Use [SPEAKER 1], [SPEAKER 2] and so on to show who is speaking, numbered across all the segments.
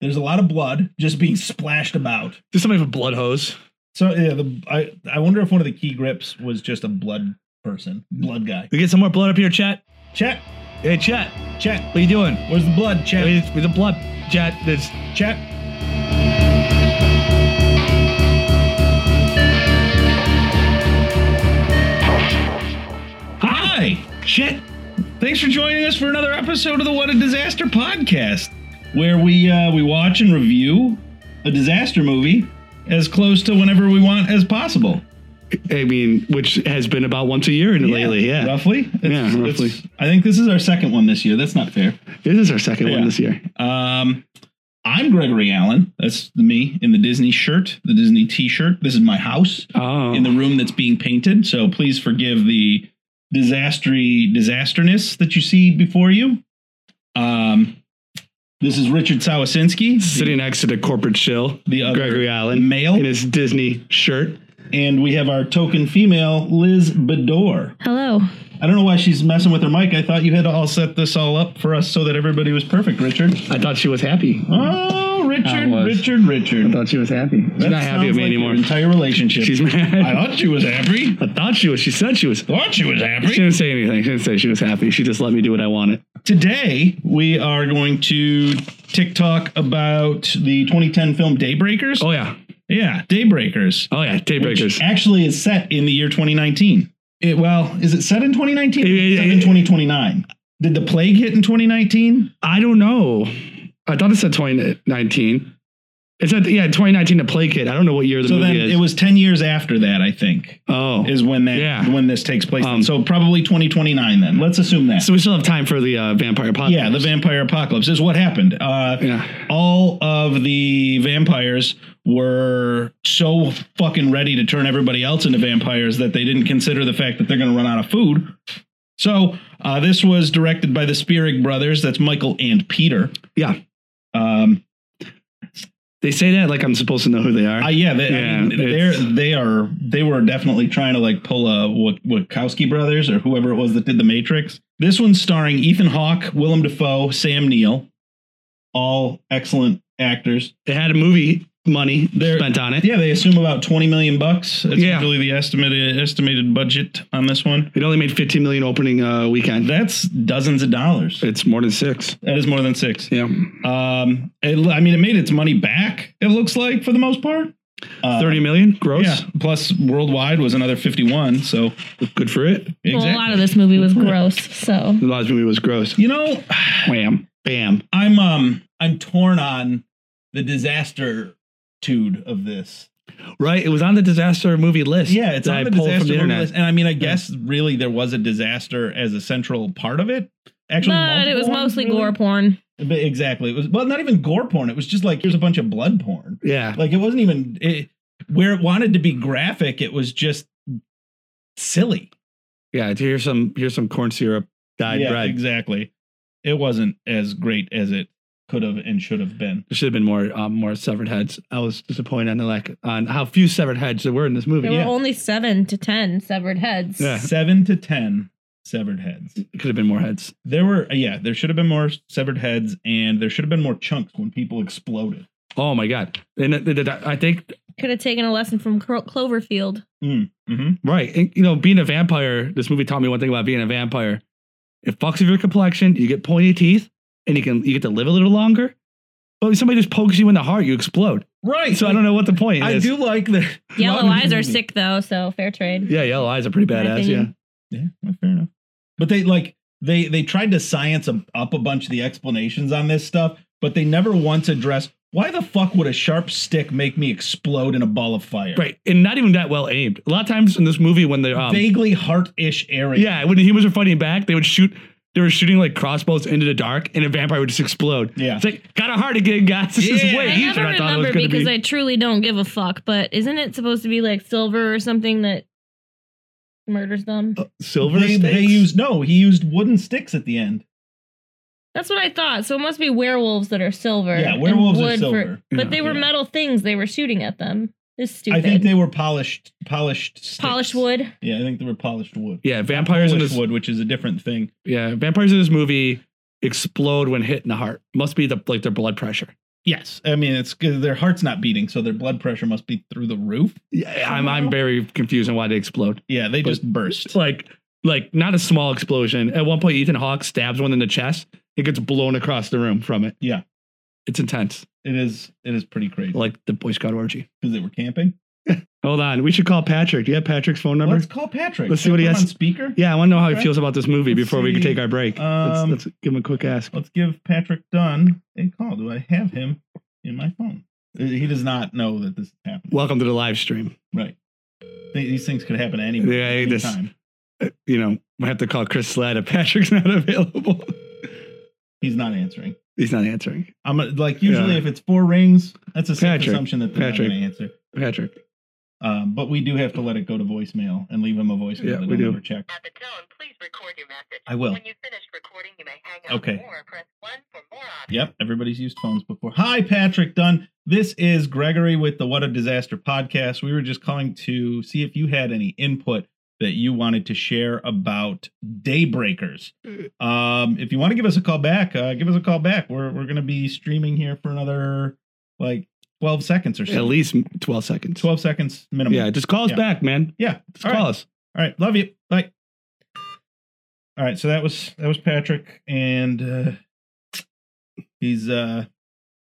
[SPEAKER 1] There's a lot of blood just being splashed about.
[SPEAKER 2] Does somebody have a blood hose?
[SPEAKER 1] So yeah, the, I I wonder if one of the key grips was just a blood person, blood guy.
[SPEAKER 2] We get some more blood up here, chat.
[SPEAKER 1] Chat,
[SPEAKER 2] Hey, chat.
[SPEAKER 1] chat.
[SPEAKER 2] What you doing?
[SPEAKER 1] Where's the blood, chat?
[SPEAKER 2] With the blood, chat. There's
[SPEAKER 1] Chat.
[SPEAKER 3] Hi! Shit! Thanks for joining us for another episode of the What a Disaster podcast, where we uh, we watch and review a disaster movie as close to whenever we want as possible.
[SPEAKER 2] I mean, which has been about once a year in lately. Yeah,
[SPEAKER 3] roughly. It's-
[SPEAKER 2] Yeah,
[SPEAKER 3] it's-
[SPEAKER 2] roughly.
[SPEAKER 3] I think this is our second one this year. That's not fair.
[SPEAKER 2] this is our second one
[SPEAKER 3] Yeah.
[SPEAKER 2] this year.
[SPEAKER 3] Um, I'm Gregory Allen. That's me in the Disney shirt, the Disney T-shirt. This is my house.
[SPEAKER 2] Oh,
[SPEAKER 3] in the room that's being painted. So please forgive the disastery disasterness that you see before you. Um, this is Richard Sawasinski,
[SPEAKER 2] sitting next to the corporate shill,
[SPEAKER 3] the other
[SPEAKER 2] Gregory Allen, in
[SPEAKER 3] male,
[SPEAKER 2] his Disney shirt.
[SPEAKER 3] and we have our token female, Liz Bedore.
[SPEAKER 4] Hello.
[SPEAKER 3] I don't know why she's messing with her mic. I thought you had all set this all up for us so that everybody was perfect, Richard.
[SPEAKER 2] I thought she was happy.
[SPEAKER 3] Oh, Richard,
[SPEAKER 2] was.
[SPEAKER 3] Richard,
[SPEAKER 2] I
[SPEAKER 3] Richard.
[SPEAKER 2] thought she was happy. She's
[SPEAKER 3] That
[SPEAKER 2] not happy
[SPEAKER 3] sounds
[SPEAKER 2] with me
[SPEAKER 3] like your
[SPEAKER 2] anymore.
[SPEAKER 3] Entire relationship.
[SPEAKER 2] She's
[SPEAKER 3] I
[SPEAKER 2] mad.
[SPEAKER 3] thought she was happy.
[SPEAKER 2] I thought she was. She said she was.
[SPEAKER 3] Thought she was happy.
[SPEAKER 2] She didn't say anything. She didn't say she was happy. She just let me do what I wanted.
[SPEAKER 3] Today, we are going to TikTok about the 2010 film Daybreakers.
[SPEAKER 2] Oh yeah.
[SPEAKER 3] Yeah, Daybreakers.
[SPEAKER 2] Oh yeah. Daybreakers.
[SPEAKER 3] Which actually is set in the year 2019. It, well, is it set in 2019?
[SPEAKER 2] It- it-
[SPEAKER 3] It's set in
[SPEAKER 2] it-
[SPEAKER 3] 2029. Did the plague hit in 2019?
[SPEAKER 2] I don't know. I thought it said 2019. It said yeah 2019 to play kid. I don't know what year the
[SPEAKER 3] So then
[SPEAKER 2] movie is.
[SPEAKER 3] it was 10 years after that, I think,
[SPEAKER 2] oh.
[SPEAKER 3] is when that
[SPEAKER 2] Yeah.
[SPEAKER 3] when this takes place.
[SPEAKER 2] Um,
[SPEAKER 3] so probably 2029 then. Let's assume that.
[SPEAKER 2] so we still have time for the uh, vampire pot.
[SPEAKER 3] yeah, the vampire apocalypse is what happened. Uh,
[SPEAKER 2] Yeah.
[SPEAKER 3] all of the vampires were so fucking ready to turn everybody else into vampires that they didn't consider the fact that they're going to run out of food. So uh, this was directed by the Spearig brothers. That's Michael and Peter.
[SPEAKER 2] Yeah.
[SPEAKER 3] Um,
[SPEAKER 2] They say that like I'm supposed to know who they are.
[SPEAKER 3] I, uh, yeah, they,
[SPEAKER 2] Yeah,
[SPEAKER 3] I mean, they're
[SPEAKER 2] it's-
[SPEAKER 3] they are they were definitely trying to like pull a Wa- Wachowski brothers or whoever it was that did the Matrix. This one's starring Ethan Hawke, Willem Dafoe, Sam Neill, all excellent actors.
[SPEAKER 2] they had a movie money
[SPEAKER 3] They're-
[SPEAKER 2] spent on it.
[SPEAKER 3] Yeah, they assume about twenty million bucks. That's
[SPEAKER 2] Yeah.
[SPEAKER 3] usually the estimated estimated budget on this one.
[SPEAKER 2] It only made 15 million opening uh, weekend.
[SPEAKER 3] That's dozens of dollars.
[SPEAKER 2] It's more than six.
[SPEAKER 3] That is more than six.
[SPEAKER 2] Yeah,
[SPEAKER 3] Um, it, I mean, it made its money back. It looks like for the most part, uh,
[SPEAKER 2] 30 million gross.
[SPEAKER 3] Yeah, plus worldwide was another fifty-one. So
[SPEAKER 2] Good for it.
[SPEAKER 4] Well, a lot
[SPEAKER 3] exactly.
[SPEAKER 4] of this movie was gross, so
[SPEAKER 2] The last movie was gross.
[SPEAKER 3] You know,
[SPEAKER 2] Wham, bam.
[SPEAKER 3] I'm um I'm torn on the disaster tude of this.
[SPEAKER 2] Right. It was on the disaster movie list.
[SPEAKER 3] Yeah, it's
[SPEAKER 2] that
[SPEAKER 3] on
[SPEAKER 2] I
[SPEAKER 3] the
[SPEAKER 2] pulled
[SPEAKER 3] disaster
[SPEAKER 2] from the
[SPEAKER 3] movie
[SPEAKER 2] internet.
[SPEAKER 3] list. And I mean, I guess really there was a disaster as a central part of it. Actually,
[SPEAKER 4] but it was
[SPEAKER 3] multiple ones,
[SPEAKER 4] mostly
[SPEAKER 3] really.
[SPEAKER 4] gore porn.
[SPEAKER 3] But exactly. It was well, not even gore porn. It was just like here's a bunch of blood porn.
[SPEAKER 2] Yeah.
[SPEAKER 3] Like it wasn't even it, where it wanted to be graphic. It was just silly.
[SPEAKER 2] Yeah. Here's some here's some corn syrup dyed
[SPEAKER 3] yeah,
[SPEAKER 2] red.
[SPEAKER 3] exactly. It wasn't as great as it could have and should have been.
[SPEAKER 2] There should have been more um, more severed heads. I was disappointed on the lack on how few severed heads there were in this movie.
[SPEAKER 4] There
[SPEAKER 3] Yeah.
[SPEAKER 4] were only seven to ten severed heads.
[SPEAKER 2] Yeah.
[SPEAKER 3] Seven to ten severed heads.
[SPEAKER 2] It could have been more heads.
[SPEAKER 3] There were yeah, there should have been more severed heads, and there should have been more chunks when people exploded.
[SPEAKER 2] Oh my god. And th- th- th- I think
[SPEAKER 4] Could have taken a lesson from Clo- Cloverfield.
[SPEAKER 3] Mm-hmm.
[SPEAKER 2] Right. And, you know, being a vampire, this movie taught me one thing about being a vampire. It fucks with your complexion, you get pointy teeth, and you can you get to live a little longer. But if somebody just pokes you in the heart, you explode.
[SPEAKER 3] Right.
[SPEAKER 2] So I don't know what the point
[SPEAKER 3] I
[SPEAKER 2] is.
[SPEAKER 3] do like the Lot
[SPEAKER 4] Yellow
[SPEAKER 3] of
[SPEAKER 4] eyes are
[SPEAKER 3] movies.
[SPEAKER 4] sick though, so fair trade.
[SPEAKER 2] Yeah, yellow eyes are pretty
[SPEAKER 4] My
[SPEAKER 2] badass. Yeah.
[SPEAKER 4] opinion.
[SPEAKER 3] Yeah, well, fair enough. But they like they they tried to science a- up a bunch of the explanations on this stuff, but they never once addressed why the fuck would a sharp stick make me explode in a ball of fire?
[SPEAKER 2] Right. And not even that well aimed. A lot of times in this movie when they're um,
[SPEAKER 3] Vaguely heart-ish area.
[SPEAKER 2] Yeah, when the humans were fighting back, they would shoot they were shooting like crossbows into the dark and a vampire would just explode.
[SPEAKER 3] Yeah.
[SPEAKER 2] It's like, got a heart again, guys. This is
[SPEAKER 3] Yeah.
[SPEAKER 2] way
[SPEAKER 4] I
[SPEAKER 2] easier
[SPEAKER 4] never
[SPEAKER 2] than I thought it was
[SPEAKER 4] remember
[SPEAKER 2] gonna
[SPEAKER 4] because
[SPEAKER 2] be.
[SPEAKER 4] I truly don't give a fuck. But isn't it supposed to be like silver or something that murders them?
[SPEAKER 3] Uh.
[SPEAKER 2] Silver
[SPEAKER 3] They, they
[SPEAKER 2] stakes?
[SPEAKER 3] used no, he used wooden sticks at the end.
[SPEAKER 4] That's what I thought. So it must be werewolves that are silver.
[SPEAKER 3] Yeah,
[SPEAKER 4] and
[SPEAKER 3] werewolves are
[SPEAKER 4] wood for-
[SPEAKER 3] silver.
[SPEAKER 4] but
[SPEAKER 2] Yeah.
[SPEAKER 4] they were
[SPEAKER 3] Yeah.
[SPEAKER 4] metal things. They were shooting at them. It's stupid.
[SPEAKER 3] I think they were polished polished sticks.
[SPEAKER 4] polished wood.
[SPEAKER 3] Yeah, I think they were polished wood.
[SPEAKER 2] Yeah, vampires in
[SPEAKER 3] Polished
[SPEAKER 2] this
[SPEAKER 3] wood, which is a different thing.
[SPEAKER 2] Yeah, vampires in this movie explode when hit in the heart. Must be the like their blood pressure.
[SPEAKER 3] Yes, I mean it's their heart's not beating, so their blood pressure must be through the roof.
[SPEAKER 2] Yeah, I'm I'm very confused on why they explode.
[SPEAKER 3] Yeah, they
[SPEAKER 2] But-
[SPEAKER 3] just burst.
[SPEAKER 2] Like like not a small explosion. At one point, Ethan Hawke stabs one in the chest. It gets blown across the room from it.
[SPEAKER 3] Yeah.
[SPEAKER 2] it's intense.
[SPEAKER 3] It is it is pretty crazy
[SPEAKER 2] Like the Boy Scout orgy.
[SPEAKER 3] because they were camping.
[SPEAKER 2] Hold on, we should call Patrick. Do you have Patrick's phone number?
[SPEAKER 3] Let's call Patrick.
[SPEAKER 2] Let's see what
[SPEAKER 3] Put
[SPEAKER 2] he
[SPEAKER 3] him
[SPEAKER 2] has-
[SPEAKER 3] on speaker.
[SPEAKER 2] yeah, I want to know how he
[SPEAKER 3] Okay.
[SPEAKER 2] feels about this movie
[SPEAKER 3] Let's
[SPEAKER 2] before we
[SPEAKER 3] see.
[SPEAKER 2] take our break.
[SPEAKER 3] Um,
[SPEAKER 2] let's, let's give him a quick ask.
[SPEAKER 3] Let's give Patrick Dunn a call. Do I have him in my phone? Uh, He does not know that this is happening.
[SPEAKER 2] Welcome to the live stream.
[SPEAKER 3] Right. Th- These things could happen at any moment,
[SPEAKER 2] Yeah,
[SPEAKER 3] at
[SPEAKER 2] I
[SPEAKER 3] any
[SPEAKER 2] just-
[SPEAKER 3] time.
[SPEAKER 2] Uh, You know, I have to call Chris Slad if Patrick's not available.
[SPEAKER 3] He's not answering.
[SPEAKER 2] He's not answering.
[SPEAKER 3] I'm a, like usually
[SPEAKER 2] Yeah.
[SPEAKER 3] if it's four rings, that's a safe
[SPEAKER 2] Patrick,
[SPEAKER 3] assumption that they're
[SPEAKER 2] Patrick.
[SPEAKER 3] not going to answer.
[SPEAKER 2] Patrick.
[SPEAKER 3] Um, but we do have to let it go to voicemail and leave him a voicemail
[SPEAKER 2] Yeah,
[SPEAKER 3] that
[SPEAKER 2] we
[SPEAKER 3] I'll
[SPEAKER 2] do.
[SPEAKER 3] never check.
[SPEAKER 5] At the tone, please record your message.
[SPEAKER 3] I will.
[SPEAKER 5] When you finish recording, you may hang up
[SPEAKER 3] Okay.
[SPEAKER 5] or press 1 for more options.
[SPEAKER 3] Yep, everybody's used phones before. Hi, Patrick Dunn. This is Gregory with the What a Disaster podcast. We were just calling to see if you had any input that you wanted to share about Daybreakers.
[SPEAKER 2] Mm.
[SPEAKER 3] Um, if you want to give us a call back, uh, give us a call back. We're we're gonna be streaming here for another like twelve seconds or so.
[SPEAKER 2] At least 12 seconds.
[SPEAKER 3] twelve seconds minimum.
[SPEAKER 2] Yeah, just call us
[SPEAKER 3] Yeah.
[SPEAKER 2] back, man.
[SPEAKER 3] Yeah.
[SPEAKER 2] Just
[SPEAKER 3] All
[SPEAKER 2] call
[SPEAKER 3] right.
[SPEAKER 2] us.
[SPEAKER 3] All right. Love you. Bye. All right. So that was that was Patrick, and uh, he's uh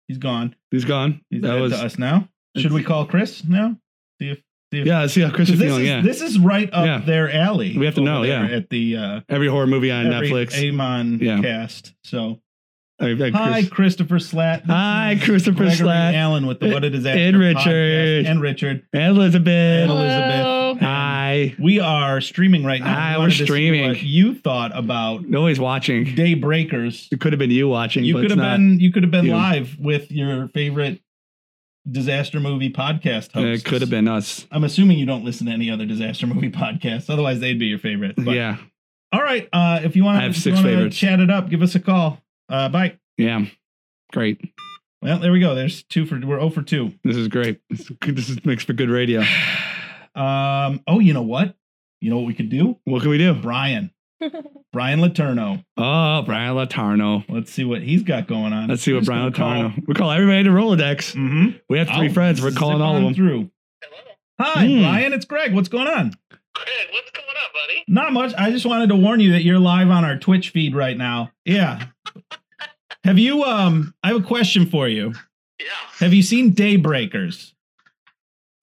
[SPEAKER 3] he's gone.
[SPEAKER 2] He's gone.
[SPEAKER 3] He's
[SPEAKER 2] that
[SPEAKER 3] dead
[SPEAKER 2] was
[SPEAKER 3] to us now. Should we call Chris now? See if
[SPEAKER 2] yeah. I See how Chris
[SPEAKER 3] 'cause
[SPEAKER 2] is
[SPEAKER 3] this
[SPEAKER 2] feeling.
[SPEAKER 3] is
[SPEAKER 2] yeah,
[SPEAKER 3] this is right up
[SPEAKER 2] Yeah.
[SPEAKER 3] their alley.
[SPEAKER 2] We have to
[SPEAKER 3] over
[SPEAKER 2] know,
[SPEAKER 3] there
[SPEAKER 2] yeah.
[SPEAKER 3] At the uh,
[SPEAKER 2] every horror movie on
[SPEAKER 3] every
[SPEAKER 2] Netflix.
[SPEAKER 3] Amon
[SPEAKER 2] Yeah.
[SPEAKER 3] cast. So
[SPEAKER 2] I- I-
[SPEAKER 3] hi,
[SPEAKER 2] Chris-
[SPEAKER 3] Christopher Slatt. This
[SPEAKER 2] Hi,
[SPEAKER 3] is
[SPEAKER 2] Christopher
[SPEAKER 3] Gregory
[SPEAKER 2] Slatt.
[SPEAKER 3] Allen with the What a Disaster
[SPEAKER 2] and
[SPEAKER 3] podcast.
[SPEAKER 2] Richard.
[SPEAKER 3] and Richard and
[SPEAKER 2] Elizabeth.
[SPEAKER 4] Hello.
[SPEAKER 3] Elizabeth.
[SPEAKER 2] Hi.
[SPEAKER 3] We are streaming right now.
[SPEAKER 2] Hi,
[SPEAKER 3] We
[SPEAKER 2] we're
[SPEAKER 3] wanted to see
[SPEAKER 2] streaming.
[SPEAKER 3] What you thought about
[SPEAKER 2] Nobody's watching.
[SPEAKER 3] Daybreakers?
[SPEAKER 2] It could have been you watching.
[SPEAKER 3] You
[SPEAKER 2] but
[SPEAKER 3] could
[SPEAKER 2] it's
[SPEAKER 3] have
[SPEAKER 2] not.
[SPEAKER 3] been you could have been
[SPEAKER 2] you.
[SPEAKER 3] live with your favorite disaster movie podcast host.
[SPEAKER 2] Uh, It could have been us.
[SPEAKER 3] I'm assuming you don't listen to any other disaster movie podcasts. Otherwise, they'd be your favorite. But,
[SPEAKER 2] yeah.
[SPEAKER 3] All right. Uh, if you want
[SPEAKER 2] I have
[SPEAKER 3] to
[SPEAKER 2] six favorites.
[SPEAKER 3] chat it up, give us a call. Uh, bye.
[SPEAKER 2] Yeah. Great.
[SPEAKER 3] Well, there we go. There's two for we're 0 for two.
[SPEAKER 2] This is great. This, is good. this is, makes for good radio.
[SPEAKER 3] Um. Oh, you know what? You know what we could do?
[SPEAKER 2] What can we do?
[SPEAKER 3] Brian. Brian Laterno.
[SPEAKER 2] Oh, Brian Latarno.
[SPEAKER 3] Let's see what he's got going on.
[SPEAKER 2] Let's see what
[SPEAKER 3] Just
[SPEAKER 2] Brian
[SPEAKER 3] gonna
[SPEAKER 2] Latarno. We call everybody to Rolodex.
[SPEAKER 3] call- Mhm.
[SPEAKER 2] We have
[SPEAKER 4] Oh.
[SPEAKER 2] three
[SPEAKER 3] I'll
[SPEAKER 2] friends. We're
[SPEAKER 3] zip
[SPEAKER 2] calling all of
[SPEAKER 3] on
[SPEAKER 2] them.
[SPEAKER 3] through.
[SPEAKER 5] Hello?
[SPEAKER 3] Hi,
[SPEAKER 2] Hmm.
[SPEAKER 3] Brian. It's Greg. What's going on?
[SPEAKER 5] Chris, what's going on, buddy?
[SPEAKER 3] Not much. I just wanted to warn you that you're live on our Twitch feed right now. Yeah. Have you um I have a question for you.
[SPEAKER 5] Yeah.
[SPEAKER 3] Have you seen Daybreakers?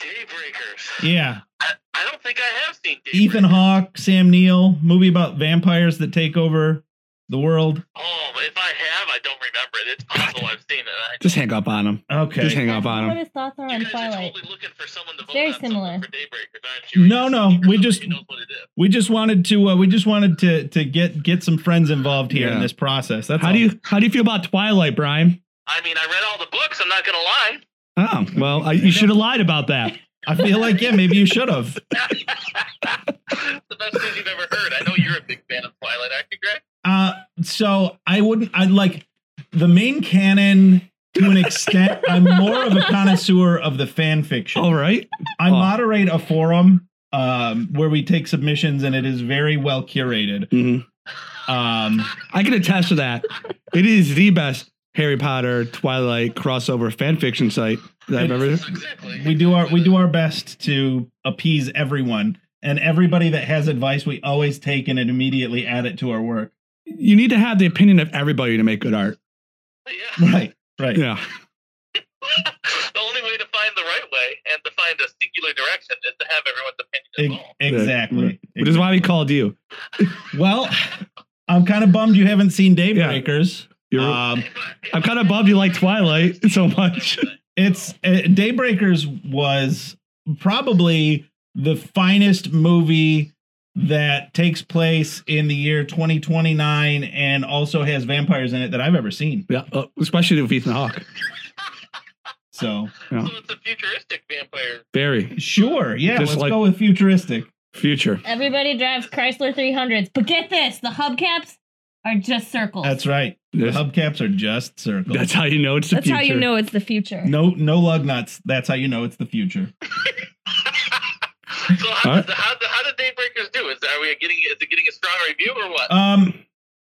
[SPEAKER 5] Daybreakers.
[SPEAKER 3] Yeah.
[SPEAKER 5] I, I don't think I have seen Daybreakers.
[SPEAKER 3] Ethan Hawke, Sam Neill, movie about vampires that take over the world.
[SPEAKER 5] Oh, if I have, I don't remember it. It's possible I've seen it. I,
[SPEAKER 2] Just hang up on him. Just
[SPEAKER 3] Okay.
[SPEAKER 2] hang up on
[SPEAKER 4] what
[SPEAKER 2] him.
[SPEAKER 4] his thoughts are
[SPEAKER 5] you
[SPEAKER 4] on
[SPEAKER 5] guys are
[SPEAKER 4] Twilight.
[SPEAKER 5] totally looking for someone to vote
[SPEAKER 4] Very
[SPEAKER 5] on something
[SPEAKER 4] similar.
[SPEAKER 5] for Daybreakers, aren't you?
[SPEAKER 3] No,
[SPEAKER 5] Or
[SPEAKER 3] no,
[SPEAKER 5] somebody
[SPEAKER 3] we just-
[SPEAKER 5] who knows what it is.
[SPEAKER 3] We just wanted to uh, we just wanted to to get get some friends involved here in
[SPEAKER 2] Yeah.
[SPEAKER 3] this process. That's
[SPEAKER 2] How
[SPEAKER 3] all.
[SPEAKER 2] do you how do you feel about Twilight, Brian?
[SPEAKER 5] I mean, I read all the books. I'm not going to lie.
[SPEAKER 2] Oh well, I, you should have lied about that.
[SPEAKER 3] I feel like yeah, maybe you should have.
[SPEAKER 5] It's the best news you've ever heard. I know you're a big fan of Twilight, aren't you, Greg?
[SPEAKER 3] Uh, so I wouldn't. I like the main canon to an extent. I'm more of a connoisseur of the fan fiction.
[SPEAKER 2] All right.
[SPEAKER 3] I
[SPEAKER 2] oh.
[SPEAKER 3] moderate a forum um, where we take submissions, and it is very well curated.
[SPEAKER 2] Mhm.
[SPEAKER 3] Um,
[SPEAKER 2] I can attest to that. It is the best Harry Potter Twilight crossover fan fiction site that I've ever.
[SPEAKER 5] Exactly.
[SPEAKER 3] we do our we do our best to appease everyone and everybody that has advice. We always take and immediately add it to our work.
[SPEAKER 2] You need to have the opinion of everybody to make good art.
[SPEAKER 5] Yeah.
[SPEAKER 3] Right. Right.
[SPEAKER 2] Yeah.
[SPEAKER 5] the only way to find the right way and to find a singular direction is to have everyone's opinion
[SPEAKER 3] E-
[SPEAKER 5] involved.
[SPEAKER 3] Exactly.
[SPEAKER 2] Which is why we called you.
[SPEAKER 3] Well, I'm kind of bummed you haven't seen Daybreakers.
[SPEAKER 2] You're,
[SPEAKER 3] Um,
[SPEAKER 2] I'm kind of bummed you like Twilight so much.
[SPEAKER 3] It's uh, Daybreakers was probably the finest movie that takes place in the year 2029 and also has vampires in it that I've ever seen.
[SPEAKER 2] yeah, uh, especially with Ethan Hawke.
[SPEAKER 3] So,
[SPEAKER 5] So it's a futuristic vampire.
[SPEAKER 2] Very
[SPEAKER 3] sure. Yeah,
[SPEAKER 2] Just
[SPEAKER 3] let's
[SPEAKER 2] like-
[SPEAKER 3] go with futuristic.
[SPEAKER 2] future.
[SPEAKER 4] Everybody drives Chrysler 300s, but get this: the hubcaps are just circles.
[SPEAKER 3] That's right. The
[SPEAKER 2] That's,
[SPEAKER 3] hubcaps are just circles.
[SPEAKER 2] that's how you know it's the
[SPEAKER 4] That's
[SPEAKER 2] future.
[SPEAKER 4] how you know it's the future.
[SPEAKER 3] no no lug nuts. That's how you know it's the future.
[SPEAKER 5] So
[SPEAKER 2] Huh?
[SPEAKER 5] how,
[SPEAKER 3] Uh,
[SPEAKER 5] did, how, did, how did Daybreakers do? Is are we getting is it getting a strong review or what?
[SPEAKER 3] Um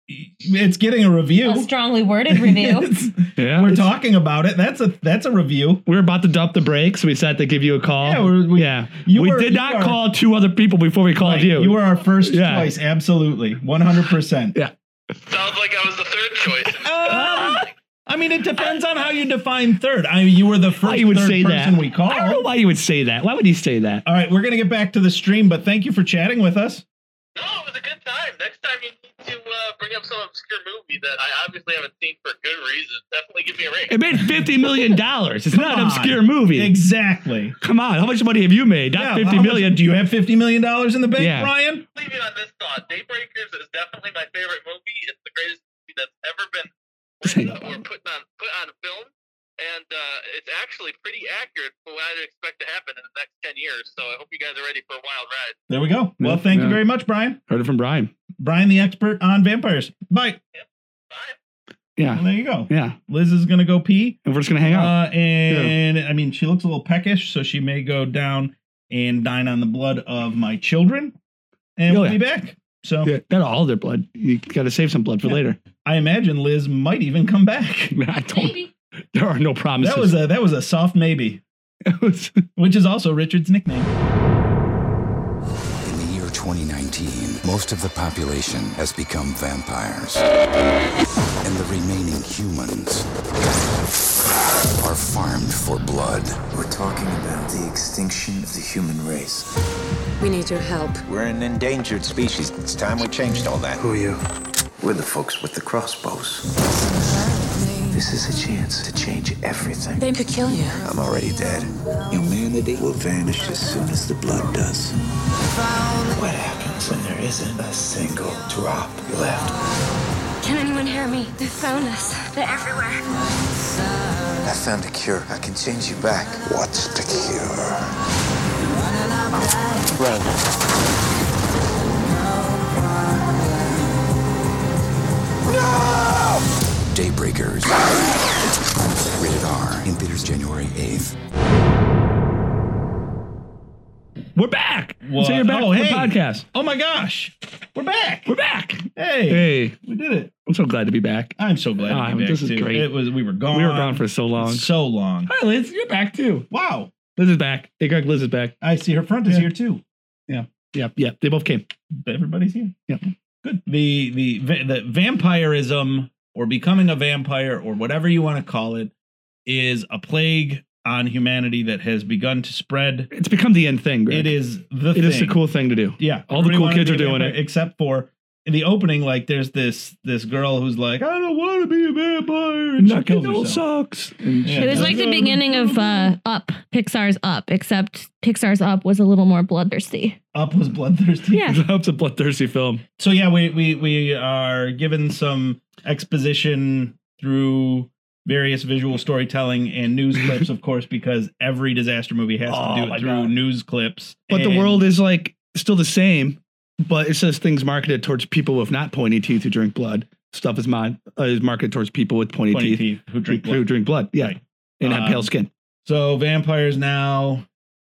[SPEAKER 3] y- it's getting a review.
[SPEAKER 4] A strongly worded review.
[SPEAKER 3] It's-
[SPEAKER 2] Yeah.
[SPEAKER 3] we're talking about it. That's a that's a review.
[SPEAKER 2] We were about to dump the brakes. We said to give you a call.
[SPEAKER 3] Yeah, we're- we-
[SPEAKER 2] yeah.
[SPEAKER 3] you
[SPEAKER 2] we
[SPEAKER 3] were-
[SPEAKER 2] did
[SPEAKER 3] you
[SPEAKER 2] not
[SPEAKER 3] are-
[SPEAKER 2] call two other people before we called
[SPEAKER 3] Right,
[SPEAKER 2] you.
[SPEAKER 3] You were our first
[SPEAKER 2] Yeah.
[SPEAKER 3] choice, absolutely, one hundred percent.
[SPEAKER 5] Sounds like I was the third choice.
[SPEAKER 3] Ah! I mean, it depends on how you define third. I mean, you were the
[SPEAKER 2] why
[SPEAKER 3] first
[SPEAKER 2] you would
[SPEAKER 3] third
[SPEAKER 2] say that?
[SPEAKER 3] person we called.
[SPEAKER 2] I don't know why you would say that. Why would he say that?
[SPEAKER 3] All right, we're gonna get back to the stream, but thank you for chatting with us.
[SPEAKER 5] No, it was a good time. Next time you need to uh, bring up some obscure movie that I obviously haven't seen for good reason, definitely give me a ring.
[SPEAKER 2] It made fifty million dollars. It's
[SPEAKER 3] Come
[SPEAKER 2] not an
[SPEAKER 3] on.
[SPEAKER 2] obscure movie.
[SPEAKER 3] Exactly.
[SPEAKER 2] Come on, how much money have you made? Not
[SPEAKER 3] Yeah,
[SPEAKER 2] fifty
[SPEAKER 3] how much-
[SPEAKER 2] million.
[SPEAKER 3] Do you have fifty million dollars in the bank,
[SPEAKER 2] Yeah.
[SPEAKER 3] Ryan?
[SPEAKER 5] leave you on this thought. Daybreakers is definitely my favorite movie. It's the greatest movie that's ever been written or put on put on film, and uh, it's actually pretty accurate for what I'd expect to happen in the next ten years. So I hope you guys are ready for a wild ride.
[SPEAKER 3] There we go. Well,
[SPEAKER 2] Yeah,
[SPEAKER 3] thank
[SPEAKER 2] yeah.
[SPEAKER 3] you very much, Brian.
[SPEAKER 2] Heard it from Brian.
[SPEAKER 3] Brian, the expert on vampires. Bye.
[SPEAKER 5] Bye.
[SPEAKER 2] Yeah,
[SPEAKER 3] Well, there you go.
[SPEAKER 2] yeah.
[SPEAKER 3] Liz is gonna go pee.
[SPEAKER 2] And we're just gonna hang out.
[SPEAKER 3] Uh, and I mean, she looks a little peckish, so she may go down and dine on the blood of my children, and
[SPEAKER 2] Oh,
[SPEAKER 3] we'll
[SPEAKER 2] yeah.
[SPEAKER 3] be back. So
[SPEAKER 2] Yeah, not all their blood. You got to save some blood for
[SPEAKER 3] Yeah.
[SPEAKER 2] later.
[SPEAKER 3] I imagine Liz might even come back.
[SPEAKER 2] I don't.
[SPEAKER 4] Maybe.
[SPEAKER 2] There are no promises.
[SPEAKER 3] That was a that was a soft maybe, which is also Richard's nickname.
[SPEAKER 6] In the year 2019, most of the population has become vampires. And the remaining humans are farmed for blood.
[SPEAKER 7] We're talking about the extinction of the human race.
[SPEAKER 8] We need your help.
[SPEAKER 9] We're an endangered species. It's time we changed all that.
[SPEAKER 7] Who are you? We're the folks with the crossbows. This is a chance to change everything.
[SPEAKER 8] They could kill you.
[SPEAKER 7] I'm already dead. Humanity will vanish as soon as the blood does. What happens when there isn't a single drop left?
[SPEAKER 8] Can anyone hear me? They found us. They're everywhere.
[SPEAKER 7] I found a cure. I can change you back. What's the cure?
[SPEAKER 6] Daybreakers. Rated R. In theaters January 8th.
[SPEAKER 2] we're back.
[SPEAKER 3] What?
[SPEAKER 2] So you're back
[SPEAKER 3] Oh,
[SPEAKER 2] on the
[SPEAKER 3] hey.
[SPEAKER 2] podcast.
[SPEAKER 3] Oh my gosh, we're back!
[SPEAKER 2] We're back.
[SPEAKER 3] Hey,
[SPEAKER 2] Hey,
[SPEAKER 3] we did it!
[SPEAKER 2] I'm so glad to be back.
[SPEAKER 3] I'm so glad
[SPEAKER 2] Ah,
[SPEAKER 3] to be back
[SPEAKER 2] this is
[SPEAKER 3] too.
[SPEAKER 2] great.
[SPEAKER 3] It was we were gone.
[SPEAKER 2] We were gone for so long.
[SPEAKER 3] so long.
[SPEAKER 2] Hi, Liz. You're back too.
[SPEAKER 3] Wow,
[SPEAKER 2] Liz is back. Hey, Greg. Liz is back.
[SPEAKER 3] I see her front is
[SPEAKER 2] Yeah.
[SPEAKER 3] here too.
[SPEAKER 2] Yep, yep. They both came.
[SPEAKER 3] Everybody's here.
[SPEAKER 2] Yep.
[SPEAKER 3] good. The the va- the vampirism or becoming a vampire or whatever you want to call it is a plague on humanity that has begun to spread.
[SPEAKER 2] It's become the end thing. Greg.
[SPEAKER 3] It is the
[SPEAKER 2] It
[SPEAKER 3] thing.
[SPEAKER 2] is the cool thing to do.
[SPEAKER 3] Yeah,
[SPEAKER 2] All the
[SPEAKER 3] everybody
[SPEAKER 2] cool
[SPEAKER 3] wanted to
[SPEAKER 2] kids
[SPEAKER 3] be
[SPEAKER 2] are
[SPEAKER 3] a
[SPEAKER 2] doing
[SPEAKER 3] vampire,
[SPEAKER 2] it.
[SPEAKER 3] except for in the opening. Like, there's this this girl who's like, "I don't want to be a vampire," and she
[SPEAKER 2] Knocking
[SPEAKER 3] kills
[SPEAKER 2] all
[SPEAKER 3] herself.
[SPEAKER 2] sucks.
[SPEAKER 3] Yeah.
[SPEAKER 4] It was like the beginning of uh, Up, Pixar's Up, except Pixar's Up was a little more bloodthirsty.
[SPEAKER 3] Up was bloodthirsty.
[SPEAKER 4] Yeah.
[SPEAKER 2] That's a bloodthirsty film.
[SPEAKER 3] So yeah, we we we are given some exposition through various visual storytelling and news clips, of course, because every disaster movie has
[SPEAKER 2] Oh,
[SPEAKER 3] to do
[SPEAKER 2] my
[SPEAKER 3] it through
[SPEAKER 2] God.
[SPEAKER 3] news clips.
[SPEAKER 2] But the
[SPEAKER 3] And-
[SPEAKER 2] world is like still the same, but it says things marketed towards people with not pointy teeth who drink blood. Stuff is mon- uh, is marketed towards people with pointy,
[SPEAKER 3] pointy
[SPEAKER 2] teeth,
[SPEAKER 3] teeth who drink
[SPEAKER 2] who
[SPEAKER 3] blood.
[SPEAKER 2] drink blood. Yeah,
[SPEAKER 3] Right.
[SPEAKER 2] and have
[SPEAKER 3] Um,
[SPEAKER 2] pale skin.
[SPEAKER 3] So vampires now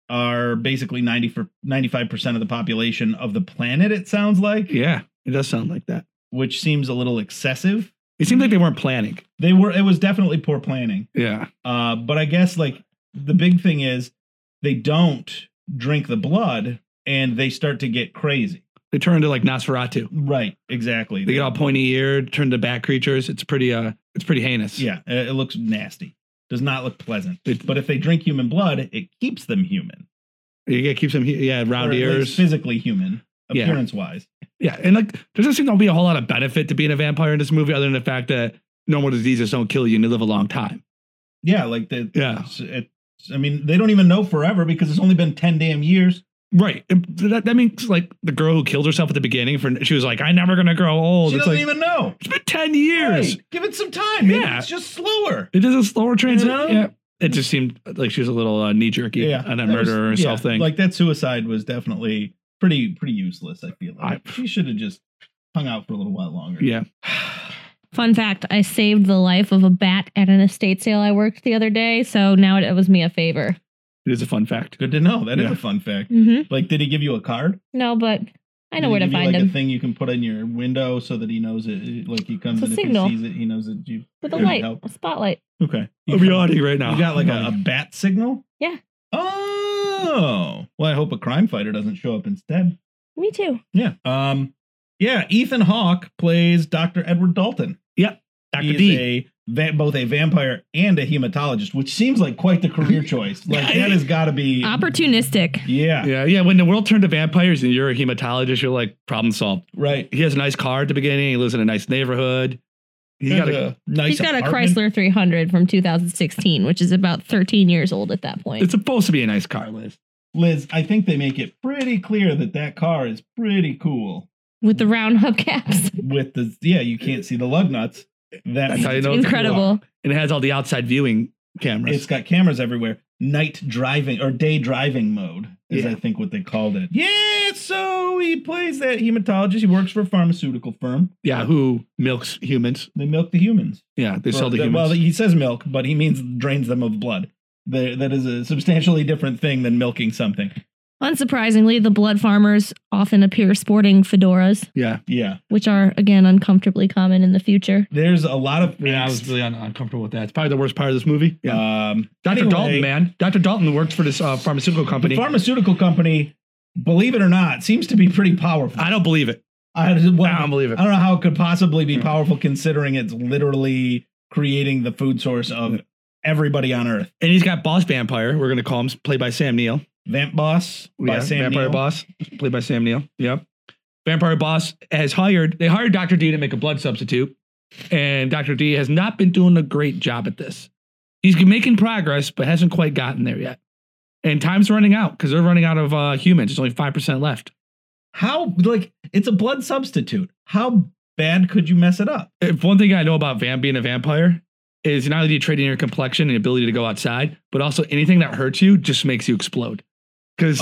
[SPEAKER 3] are basically 90 for 95% of the population of the planet it sounds like
[SPEAKER 2] Yeah, it does sound like that.
[SPEAKER 3] which seems a little excessive
[SPEAKER 2] It seemed like they weren't planning.
[SPEAKER 3] they were it was definitely poor planning
[SPEAKER 2] Yeah,
[SPEAKER 3] Uh, but I guess like the big thing is they don't drink the blood and they start to get crazy.
[SPEAKER 2] they turn into like Nosferatu.
[SPEAKER 3] Right. Exactly.
[SPEAKER 2] They get all pointy eared, turn to bat creatures. It's pretty uh, it's pretty heinous.
[SPEAKER 3] yeah. uh, It it looks nasty. Does not look pleasant.
[SPEAKER 2] It-
[SPEAKER 3] But if they drink human blood, it keeps them human.
[SPEAKER 2] you get keeps them he- yeah round
[SPEAKER 3] Or at least
[SPEAKER 2] ears.
[SPEAKER 3] Physically human,
[SPEAKER 2] Yeah.
[SPEAKER 3] appearance wise.
[SPEAKER 2] Yeah, and like there doesn't seem to be a whole lot of benefit to being a vampire in this movie, other than the fact that normal diseases don't kill you and you live a long time.
[SPEAKER 3] Yeah. Like the,
[SPEAKER 2] Yeah.
[SPEAKER 3] it's- it's- I mean, they don't even know forever because it's only been 10 damn years.
[SPEAKER 2] Right. And that, that means like the girl who killed herself at the beginning for she was like, I'm never gonna grow old.
[SPEAKER 3] she
[SPEAKER 2] It's
[SPEAKER 3] doesn't
[SPEAKER 2] like
[SPEAKER 3] even know.
[SPEAKER 2] it's been ten years.
[SPEAKER 3] Hey, give it some time. Maybe
[SPEAKER 2] Yeah.
[SPEAKER 3] It's just slower.
[SPEAKER 2] It is a slower transition.
[SPEAKER 3] know?
[SPEAKER 2] Yeah. It just seemed like she was a little uh, knee jerky on that
[SPEAKER 3] was-
[SPEAKER 2] murder or
[SPEAKER 3] yeah,
[SPEAKER 2] something.
[SPEAKER 3] Like that suicide was definitely pretty pretty useless. I feel like she should have just hung out for a little while longer.
[SPEAKER 2] yeah.
[SPEAKER 4] Fun fact I saved the life of a bat at an estate sale I worked the other day, so now it owes me a favor.
[SPEAKER 2] It is a fun fact.
[SPEAKER 3] good to know. That is
[SPEAKER 2] Yeah.
[SPEAKER 3] a fun fact.
[SPEAKER 4] Mm-hmm.
[SPEAKER 3] Like, did he give you a card?
[SPEAKER 4] No, but I know where to
[SPEAKER 3] Give you,
[SPEAKER 4] find
[SPEAKER 3] like
[SPEAKER 4] him.
[SPEAKER 3] a thing you can put in your window so that he knows it. Like he comes
[SPEAKER 4] It's
[SPEAKER 3] in,
[SPEAKER 4] a
[SPEAKER 3] if he
[SPEAKER 4] signal.
[SPEAKER 3] sees it, he knows that you.
[SPEAKER 4] With a
[SPEAKER 3] Yeah.
[SPEAKER 4] light,
[SPEAKER 3] Help.
[SPEAKER 4] a spotlight.
[SPEAKER 3] Okay.
[SPEAKER 2] I'll be auditing right now.
[SPEAKER 3] You got like a, a bat signal?
[SPEAKER 4] Yeah.
[SPEAKER 3] Oh. Well, I hope a crime fighter doesn't show up instead.
[SPEAKER 4] Me too.
[SPEAKER 3] Yeah. Um yeah, Ethan Hawke plays Dr. Edward Dalton.
[SPEAKER 2] Dr.
[SPEAKER 3] He's
[SPEAKER 2] D.
[SPEAKER 3] a va- both a vampire and a hematologist, which seems like quite the career choice. Like that has got to be
[SPEAKER 4] Opportunistic.
[SPEAKER 3] yeah,
[SPEAKER 2] yeah, yeah. When the world turned to vampires and you're a hematologist, you're like problem solved.
[SPEAKER 3] right.
[SPEAKER 2] He has a nice car at the beginning. He lives in a nice neighborhood. He got a,
[SPEAKER 3] nice
[SPEAKER 4] He's got a
[SPEAKER 3] apartment.
[SPEAKER 4] Chrysler 300 from 2016, which is about 13 years old at that point.
[SPEAKER 2] it's supposed to be a nice car, Liz.
[SPEAKER 3] Liz, I think they make it pretty clear that that car is pretty cool.
[SPEAKER 4] with the round hubcaps.
[SPEAKER 3] With the yeah, you can't see the lug nuts. That
[SPEAKER 2] That's how you
[SPEAKER 3] means
[SPEAKER 2] know it's a cool car.
[SPEAKER 4] Incredible.
[SPEAKER 2] and it has all the outside viewing cameras.
[SPEAKER 3] It's got cameras everywhere. Night driving or day driving mode is,
[SPEAKER 2] Yeah.
[SPEAKER 3] I think, what they called it. Yeah. So he plays that hematologist. He works for a pharmaceutical firm.
[SPEAKER 2] yeah, who milks humans?
[SPEAKER 3] They milk the humans.
[SPEAKER 2] Yeah, they
[SPEAKER 3] Or
[SPEAKER 2] sell the
[SPEAKER 3] the-
[SPEAKER 2] humans.
[SPEAKER 3] Well, he says milk, but he means drains them of blood. The, that is a substantially different thing than milking something.
[SPEAKER 4] Unsurprisingly, the blood farmers often appear sporting fedoras,
[SPEAKER 2] yeah,
[SPEAKER 3] Yeah.
[SPEAKER 4] which are again uncomfortably common in the future.
[SPEAKER 3] There's a lot of.
[SPEAKER 2] yeah. I was really un- uncomfortable with that. Uh, It's probably the worst part of this movie. Yeah,
[SPEAKER 3] Um,
[SPEAKER 2] Doctor
[SPEAKER 3] anyway,
[SPEAKER 2] Dalton, man, Doctor Dalton worked for this uh, pharmaceutical
[SPEAKER 3] The
[SPEAKER 2] company.
[SPEAKER 3] pharmaceutical company, believe it or not, seems to be pretty powerful.
[SPEAKER 2] I don't believe it.
[SPEAKER 3] I, well,
[SPEAKER 2] I don't believe it.
[SPEAKER 3] I don't know how it Hmm. could possibly be powerful considering it's literally creating the food source of everybody on Earth.
[SPEAKER 2] And he's got Boss Vampire. We're gonna call him, played by Sam Neill.
[SPEAKER 3] Vamp Boss by
[SPEAKER 2] Yeah,
[SPEAKER 3] Sam
[SPEAKER 2] Vampire
[SPEAKER 3] Neill.
[SPEAKER 2] Boss, played by Sam Neill. Yep. Vampire Boss has hired. They hired Doctor D to make a blood substitute, and Doctor D has not been doing a great job at this. He's making progress, but hasn't quite gotten there yet. And time's running out because they're running out of uh, humans. There's only five percent left.
[SPEAKER 3] How like it's a blood substitute. How bad could you mess it up?
[SPEAKER 2] If one thing I know about Vam being a vampire is not only do you trade in your complexion and ability to go outside, but also anything that hurts you just makes you explode. Because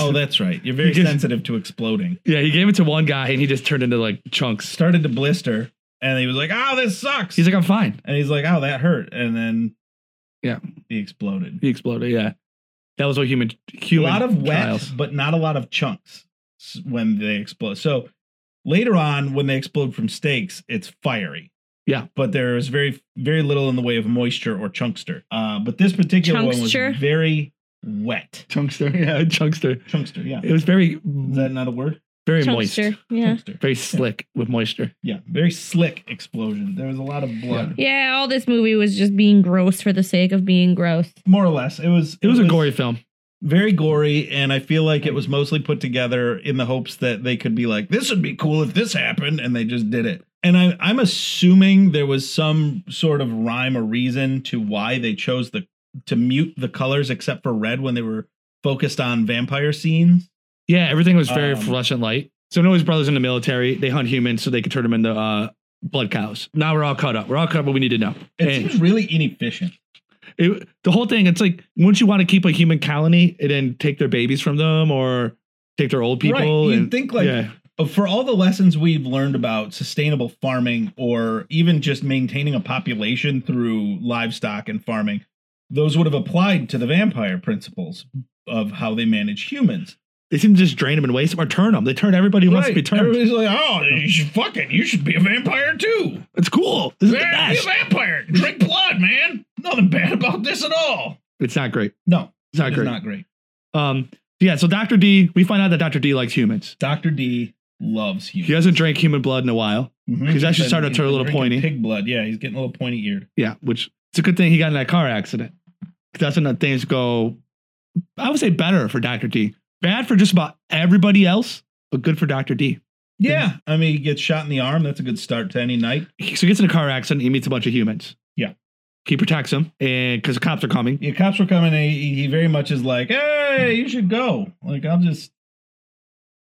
[SPEAKER 3] Oh, that's right. You're very
[SPEAKER 2] He gives-
[SPEAKER 3] sensitive to exploding.
[SPEAKER 2] yeah, he gave it to one guy and he just turned into like chunks.
[SPEAKER 3] Started to blister, and he was like, "Oh, this sucks."
[SPEAKER 2] He's like, I'm fine.
[SPEAKER 3] and he's like, "Oh, that hurt," and then
[SPEAKER 2] Yeah.
[SPEAKER 3] he exploded.
[SPEAKER 2] He exploded. Yeah, that was what human
[SPEAKER 3] a
[SPEAKER 2] human
[SPEAKER 3] lot of wet,
[SPEAKER 2] trials.
[SPEAKER 3] but not a lot of chunks s- when they explode. So later on, when they explode from stakes, it's fiery.
[SPEAKER 2] Yeah.
[SPEAKER 3] but there is very very little in the way of moisture or chunkster. Uh, but this particular one
[SPEAKER 4] Chunkster?
[SPEAKER 3] was very wet.
[SPEAKER 2] Chunkster. Yeah, chunkster.
[SPEAKER 3] Chunkster, yeah.
[SPEAKER 2] It was very
[SPEAKER 3] Is that not a word?
[SPEAKER 2] very
[SPEAKER 4] Chunkster.
[SPEAKER 2] moist,
[SPEAKER 4] Yeah.
[SPEAKER 3] Chunkster.
[SPEAKER 2] very slick with moisture.
[SPEAKER 3] Yeah, very slick explosion. There was a lot of blood,
[SPEAKER 4] Yeah, all this movie was just being gross for the sake of being gross.
[SPEAKER 3] more or less. It was
[SPEAKER 2] It was a gory film.
[SPEAKER 3] very gory, and I feel like it was mostly put together in the hopes that they could be like, this would be cool if this happened, and they just did it. And I, I'm assuming there was some sort of rhyme or reason to why they chose the to mute the colors except for red when they were focused on vampire scenes.
[SPEAKER 2] Yeah, everything was very
[SPEAKER 3] Um,
[SPEAKER 2] fluorescent light. So Noah's brothers in the military. They hunt humans so they could turn them into uh, blood cows. Now we're all caught up. We're all caught up. What we need to know.
[SPEAKER 3] It
[SPEAKER 2] And-
[SPEAKER 3] seems really inefficient.
[SPEAKER 2] it, the whole thing it's like wouldn't you want to keep a human colony and then take their babies from them or take their old people
[SPEAKER 3] Right, you'd
[SPEAKER 2] and
[SPEAKER 3] think, like,
[SPEAKER 2] yeah
[SPEAKER 3] But for all the lessons we've learned about sustainable farming or even just maintaining a population through livestock and farming, those would have applied to the vampire principles of how they manage humans.
[SPEAKER 2] they seem to just drain them and waste them or turn them they turn everybody who wants to be turned
[SPEAKER 3] Everybody's like, oh, you should fuck it. You should be a vampire too.
[SPEAKER 2] it's cool this is the
[SPEAKER 3] Yeah, be a
[SPEAKER 2] best
[SPEAKER 3] vampire. Drink blood, man. Nothing bad about this at all.
[SPEAKER 2] it's not great
[SPEAKER 3] No,
[SPEAKER 2] it's not
[SPEAKER 3] it's
[SPEAKER 2] great
[SPEAKER 3] not great.
[SPEAKER 2] um yeah so dr d we find out that dr d likes humans
[SPEAKER 3] Dr. D loves humans.
[SPEAKER 2] he hasn't drank human blood in a while
[SPEAKER 3] Mhm.
[SPEAKER 2] he's actually
[SPEAKER 3] been-
[SPEAKER 2] starting to turn a
[SPEAKER 3] been
[SPEAKER 2] little
[SPEAKER 3] drinking
[SPEAKER 2] pointy.
[SPEAKER 3] Pig blood. Yeah, he's getting a little pointy eared.
[SPEAKER 2] yeah which it's a good thing he got in that car accident 'Cause that's when things go i would say better for dr d bad for just about everybody else but good for dr d
[SPEAKER 3] Yeah, I mean, he gets shot in the arm. That's a good start to any night.
[SPEAKER 2] He- so he gets in a car accident. He meets a bunch of humans.
[SPEAKER 3] Yeah.
[SPEAKER 2] He protects them, and because the cops are coming.
[SPEAKER 3] Yeah, cops were coming. And he, he very much is like, "Hey, you should go." Like, I'll just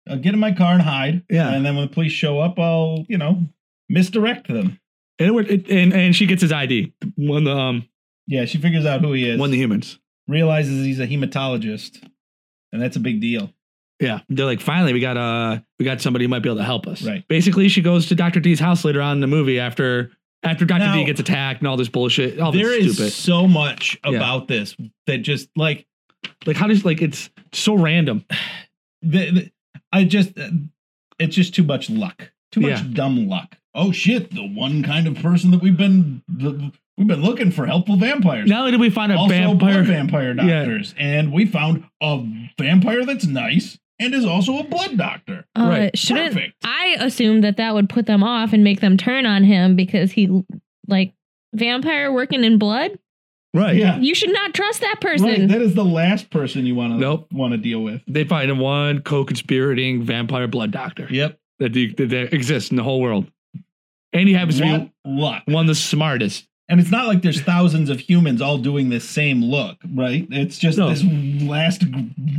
[SPEAKER 3] I'll get in my car and hide.
[SPEAKER 2] Yeah.
[SPEAKER 3] and then when the police show up, I'll you know misdirect them.
[SPEAKER 2] And, it, wor- it- and and she gets his ID. One the um
[SPEAKER 3] Yeah, she figures out who he is.
[SPEAKER 2] one of the humans.
[SPEAKER 3] realizes he's a hematologist, and that's a big deal.
[SPEAKER 2] Yeah. They're like, finally, we got uh we got somebody who might be able to help us.
[SPEAKER 3] Right.
[SPEAKER 2] Basically, she goes to Doctor D's house later on in the movie after after Doctor D
[SPEAKER 3] Now-
[SPEAKER 2] gets attacked and all this bullshit. All
[SPEAKER 3] There
[SPEAKER 2] this
[SPEAKER 3] is
[SPEAKER 2] stupid.
[SPEAKER 3] so much
[SPEAKER 2] Yeah.
[SPEAKER 3] about this that just like
[SPEAKER 2] like how does like it's so random.
[SPEAKER 3] the, the- I just uh, it's just too much luck. Too much
[SPEAKER 2] Yeah.
[SPEAKER 3] dumb luck. Oh shit, the one kind of person that we've been the, we've been looking for helpful vampires.
[SPEAKER 2] Not only did we find a
[SPEAKER 3] also
[SPEAKER 2] vampire,
[SPEAKER 3] blood vampire
[SPEAKER 2] Yeah.
[SPEAKER 3] doctors. And we found a vampire that's nice and is also a blood doctor.
[SPEAKER 4] Uh,
[SPEAKER 2] Right.
[SPEAKER 4] Shouldn't
[SPEAKER 3] Perfect.
[SPEAKER 4] I assume that that would put them off and make them turn on him because he like vampire working in blood?
[SPEAKER 2] right?
[SPEAKER 3] Yeah.
[SPEAKER 4] You should not trust that
[SPEAKER 3] Right,
[SPEAKER 4] person.
[SPEAKER 3] that is the last person you want to
[SPEAKER 2] Nope.
[SPEAKER 3] want to deal with.
[SPEAKER 2] They find one co-conspirating vampire blood doctor
[SPEAKER 3] Yep.
[SPEAKER 2] that, the- that that exists in the whole world, and he happens to
[SPEAKER 3] What
[SPEAKER 2] be
[SPEAKER 3] luck.
[SPEAKER 2] one of the smartest.
[SPEAKER 3] And it's not like there's thousands of humans all doing this same look, right? It's just
[SPEAKER 2] No.
[SPEAKER 3] this last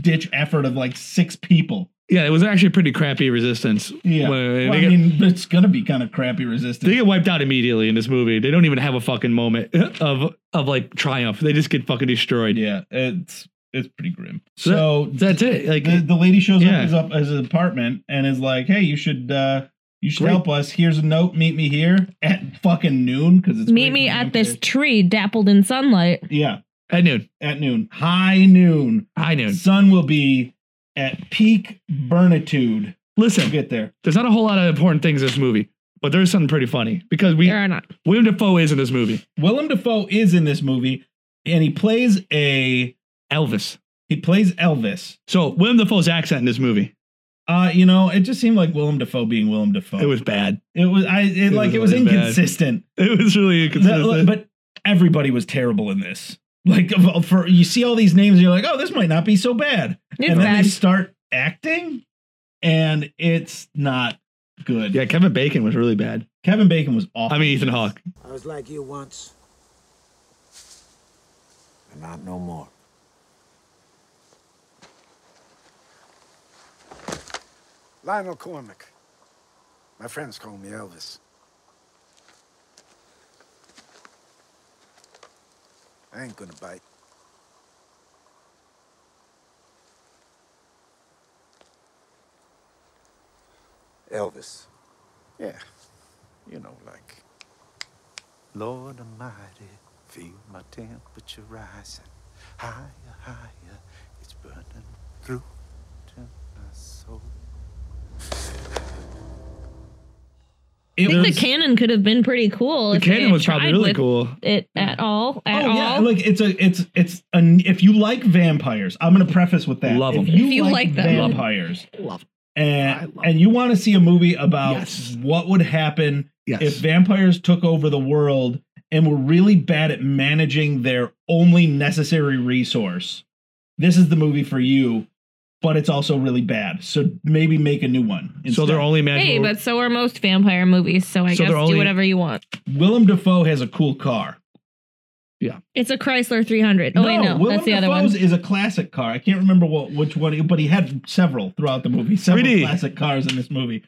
[SPEAKER 3] ditch effort of like six people.
[SPEAKER 2] Yeah, it was actually pretty crappy resistance.
[SPEAKER 3] Yeah.
[SPEAKER 2] Well,
[SPEAKER 3] Well,
[SPEAKER 2] they,
[SPEAKER 3] I
[SPEAKER 2] get,
[SPEAKER 3] mean, it's going to be kind of crappy
[SPEAKER 2] they
[SPEAKER 3] resistance.
[SPEAKER 2] get wiped out immediately in this movie. They don't even have a fucking moment of of like triumph. They just get fucking destroyed.
[SPEAKER 3] Yeah, it's it's pretty grim.
[SPEAKER 2] So that-
[SPEAKER 3] So
[SPEAKER 2] That's it. Like
[SPEAKER 3] the, the lady shows
[SPEAKER 2] Yeah.
[SPEAKER 3] up, is up at his apartment and is like, "Hey, you should uh you should
[SPEAKER 2] Great.
[SPEAKER 3] help us. Here's a note. Meet me here at fucking noon because it's
[SPEAKER 4] Meet
[SPEAKER 3] great
[SPEAKER 4] me at this
[SPEAKER 3] vampires."
[SPEAKER 4] tree dappled in sunlight.
[SPEAKER 3] yeah,
[SPEAKER 2] at noon,
[SPEAKER 3] at noon, high noon.
[SPEAKER 2] high noon.
[SPEAKER 3] Sun will be at peak burnitude. You
[SPEAKER 2] Listen,
[SPEAKER 3] get there.
[SPEAKER 2] there's not a whole lot of important things in this movie, but there's something pretty funny because we
[SPEAKER 4] There are not.
[SPEAKER 2] William Defoe is in this movie.
[SPEAKER 3] Willem Dafoe is in this movie, and he plays a
[SPEAKER 2] Elvis.
[SPEAKER 3] he plays Elvis.
[SPEAKER 2] So William Defoe's accent in this movie
[SPEAKER 3] Uh, you know, it just seemed like Willem Dafoe being Willem Dafoe.
[SPEAKER 2] it was bad.
[SPEAKER 3] it was I it, like
[SPEAKER 2] was
[SPEAKER 3] it was
[SPEAKER 2] really bad.
[SPEAKER 3] inconsistent.
[SPEAKER 2] It was really
[SPEAKER 3] That-
[SPEAKER 2] inconsistent.
[SPEAKER 3] but everybody was terrible in this. Like of- for you see all these names, and you're like, oh, this might not be so bad.
[SPEAKER 4] It's
[SPEAKER 3] and then
[SPEAKER 4] bad.
[SPEAKER 3] they start acting, and it's not good.
[SPEAKER 2] yeah, Kevin Bacon was really bad.
[SPEAKER 3] Kevin Bacon was awful.
[SPEAKER 2] I mean Ethan Hawke.
[SPEAKER 7] I was like you once. And not no more. Lionel Cormick. My friends call me Elvis. I ain't gonna bite.
[SPEAKER 9] Elvis.
[SPEAKER 7] Yeah. You know, like.
[SPEAKER 9] Lord Almighty, feel my temperature rising. Higher, higher, it's burning through to my soul.
[SPEAKER 3] it
[SPEAKER 4] I think
[SPEAKER 3] was-
[SPEAKER 4] the cannon could have been pretty cool.
[SPEAKER 2] The
[SPEAKER 4] if they
[SPEAKER 2] cannon was
[SPEAKER 4] tried
[SPEAKER 2] probably really
[SPEAKER 4] with
[SPEAKER 2] cool.
[SPEAKER 4] It at all? At
[SPEAKER 3] Oh
[SPEAKER 4] all?
[SPEAKER 3] yeah, like it's a it's it's an if you like vampires, I'm gonna preface with that.
[SPEAKER 2] Love 'em.
[SPEAKER 3] If you,
[SPEAKER 4] If you
[SPEAKER 3] like,
[SPEAKER 4] like them. Love 'em.
[SPEAKER 3] vampires,
[SPEAKER 2] Love 'em. I
[SPEAKER 3] and
[SPEAKER 2] love
[SPEAKER 3] and you want to see a movie about
[SPEAKER 2] Yes.
[SPEAKER 3] what would happen
[SPEAKER 2] Yes.
[SPEAKER 3] if vampires took over the world and were really bad at managing their only necessary resource, this is the movie for you. But it's also really bad, so maybe make a new one.
[SPEAKER 2] so
[SPEAKER 3] instead.
[SPEAKER 2] they're only
[SPEAKER 4] Hey,
[SPEAKER 2] manageable.
[SPEAKER 4] but so are most vampire movies. So I
[SPEAKER 2] So
[SPEAKER 4] guess
[SPEAKER 2] they're only-
[SPEAKER 4] do whatever you want.
[SPEAKER 3] Willem Dafoe has a cool car.
[SPEAKER 4] It's a Chrysler 300. Oh wait, no, that's the other one.
[SPEAKER 3] Dafoe's is a classic car. I can't remember what which one, but he had several throughout the movie. Several
[SPEAKER 2] 3D.
[SPEAKER 3] classic cars in this movie.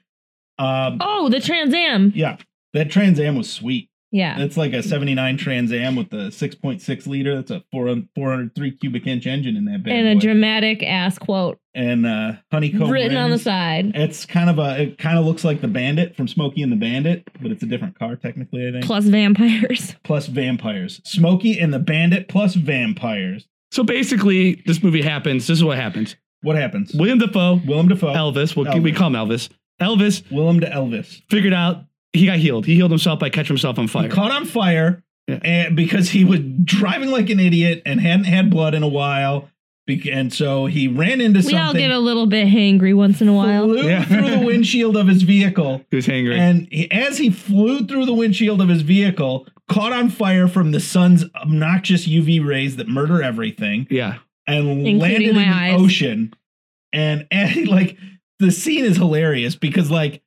[SPEAKER 3] Um,
[SPEAKER 4] Oh, the Trans Am.
[SPEAKER 3] yeah, that Trans Am was sweet.
[SPEAKER 4] Yeah,
[SPEAKER 3] That's like a '79 Trans Am with the 6.6 liter. That's a 400, 403 cubic inch engine in that bad
[SPEAKER 4] and a
[SPEAKER 3] boy.
[SPEAKER 4] dramatic ass quote
[SPEAKER 3] and uh, honeycomb
[SPEAKER 4] written on the
[SPEAKER 3] rims.
[SPEAKER 4] side.
[SPEAKER 3] It's kind of a. It kind of looks like the Bandit from Smokey and the Bandit, but it's a different car technically. I think.
[SPEAKER 4] Plus vampires.
[SPEAKER 3] plus vampires. Smokey and the Bandit plus vampires.
[SPEAKER 2] so basically, this movie happens. This is what happens.
[SPEAKER 3] What happens?
[SPEAKER 2] William Defoe,
[SPEAKER 3] Willem Dafoe.
[SPEAKER 2] Elvis, we'll, we
[SPEAKER 3] Elvis.
[SPEAKER 2] call him Elvis. Elvis
[SPEAKER 3] Willem to Elvis.
[SPEAKER 2] figured out he got healed. He healed himself by catching himself on fire.
[SPEAKER 3] Caught on fire
[SPEAKER 2] Yeah.
[SPEAKER 3] and because he was driving like an idiot and hadn't had blood in a while. Bec- And so he ran into
[SPEAKER 4] We
[SPEAKER 3] something.
[SPEAKER 4] all get a little bit hangry once in a while.
[SPEAKER 3] Flew
[SPEAKER 2] Yeah.
[SPEAKER 3] through the windshield of his vehicle.
[SPEAKER 2] He was hangry.
[SPEAKER 3] And he, as he flew through the windshield of his vehicle, caught on fire from the sun's obnoxious UV rays that murder everything.
[SPEAKER 2] yeah.
[SPEAKER 3] and
[SPEAKER 4] Including
[SPEAKER 3] landed in
[SPEAKER 4] my
[SPEAKER 3] the
[SPEAKER 4] eyes.
[SPEAKER 3] ocean. And, and like the scene is hilarious because like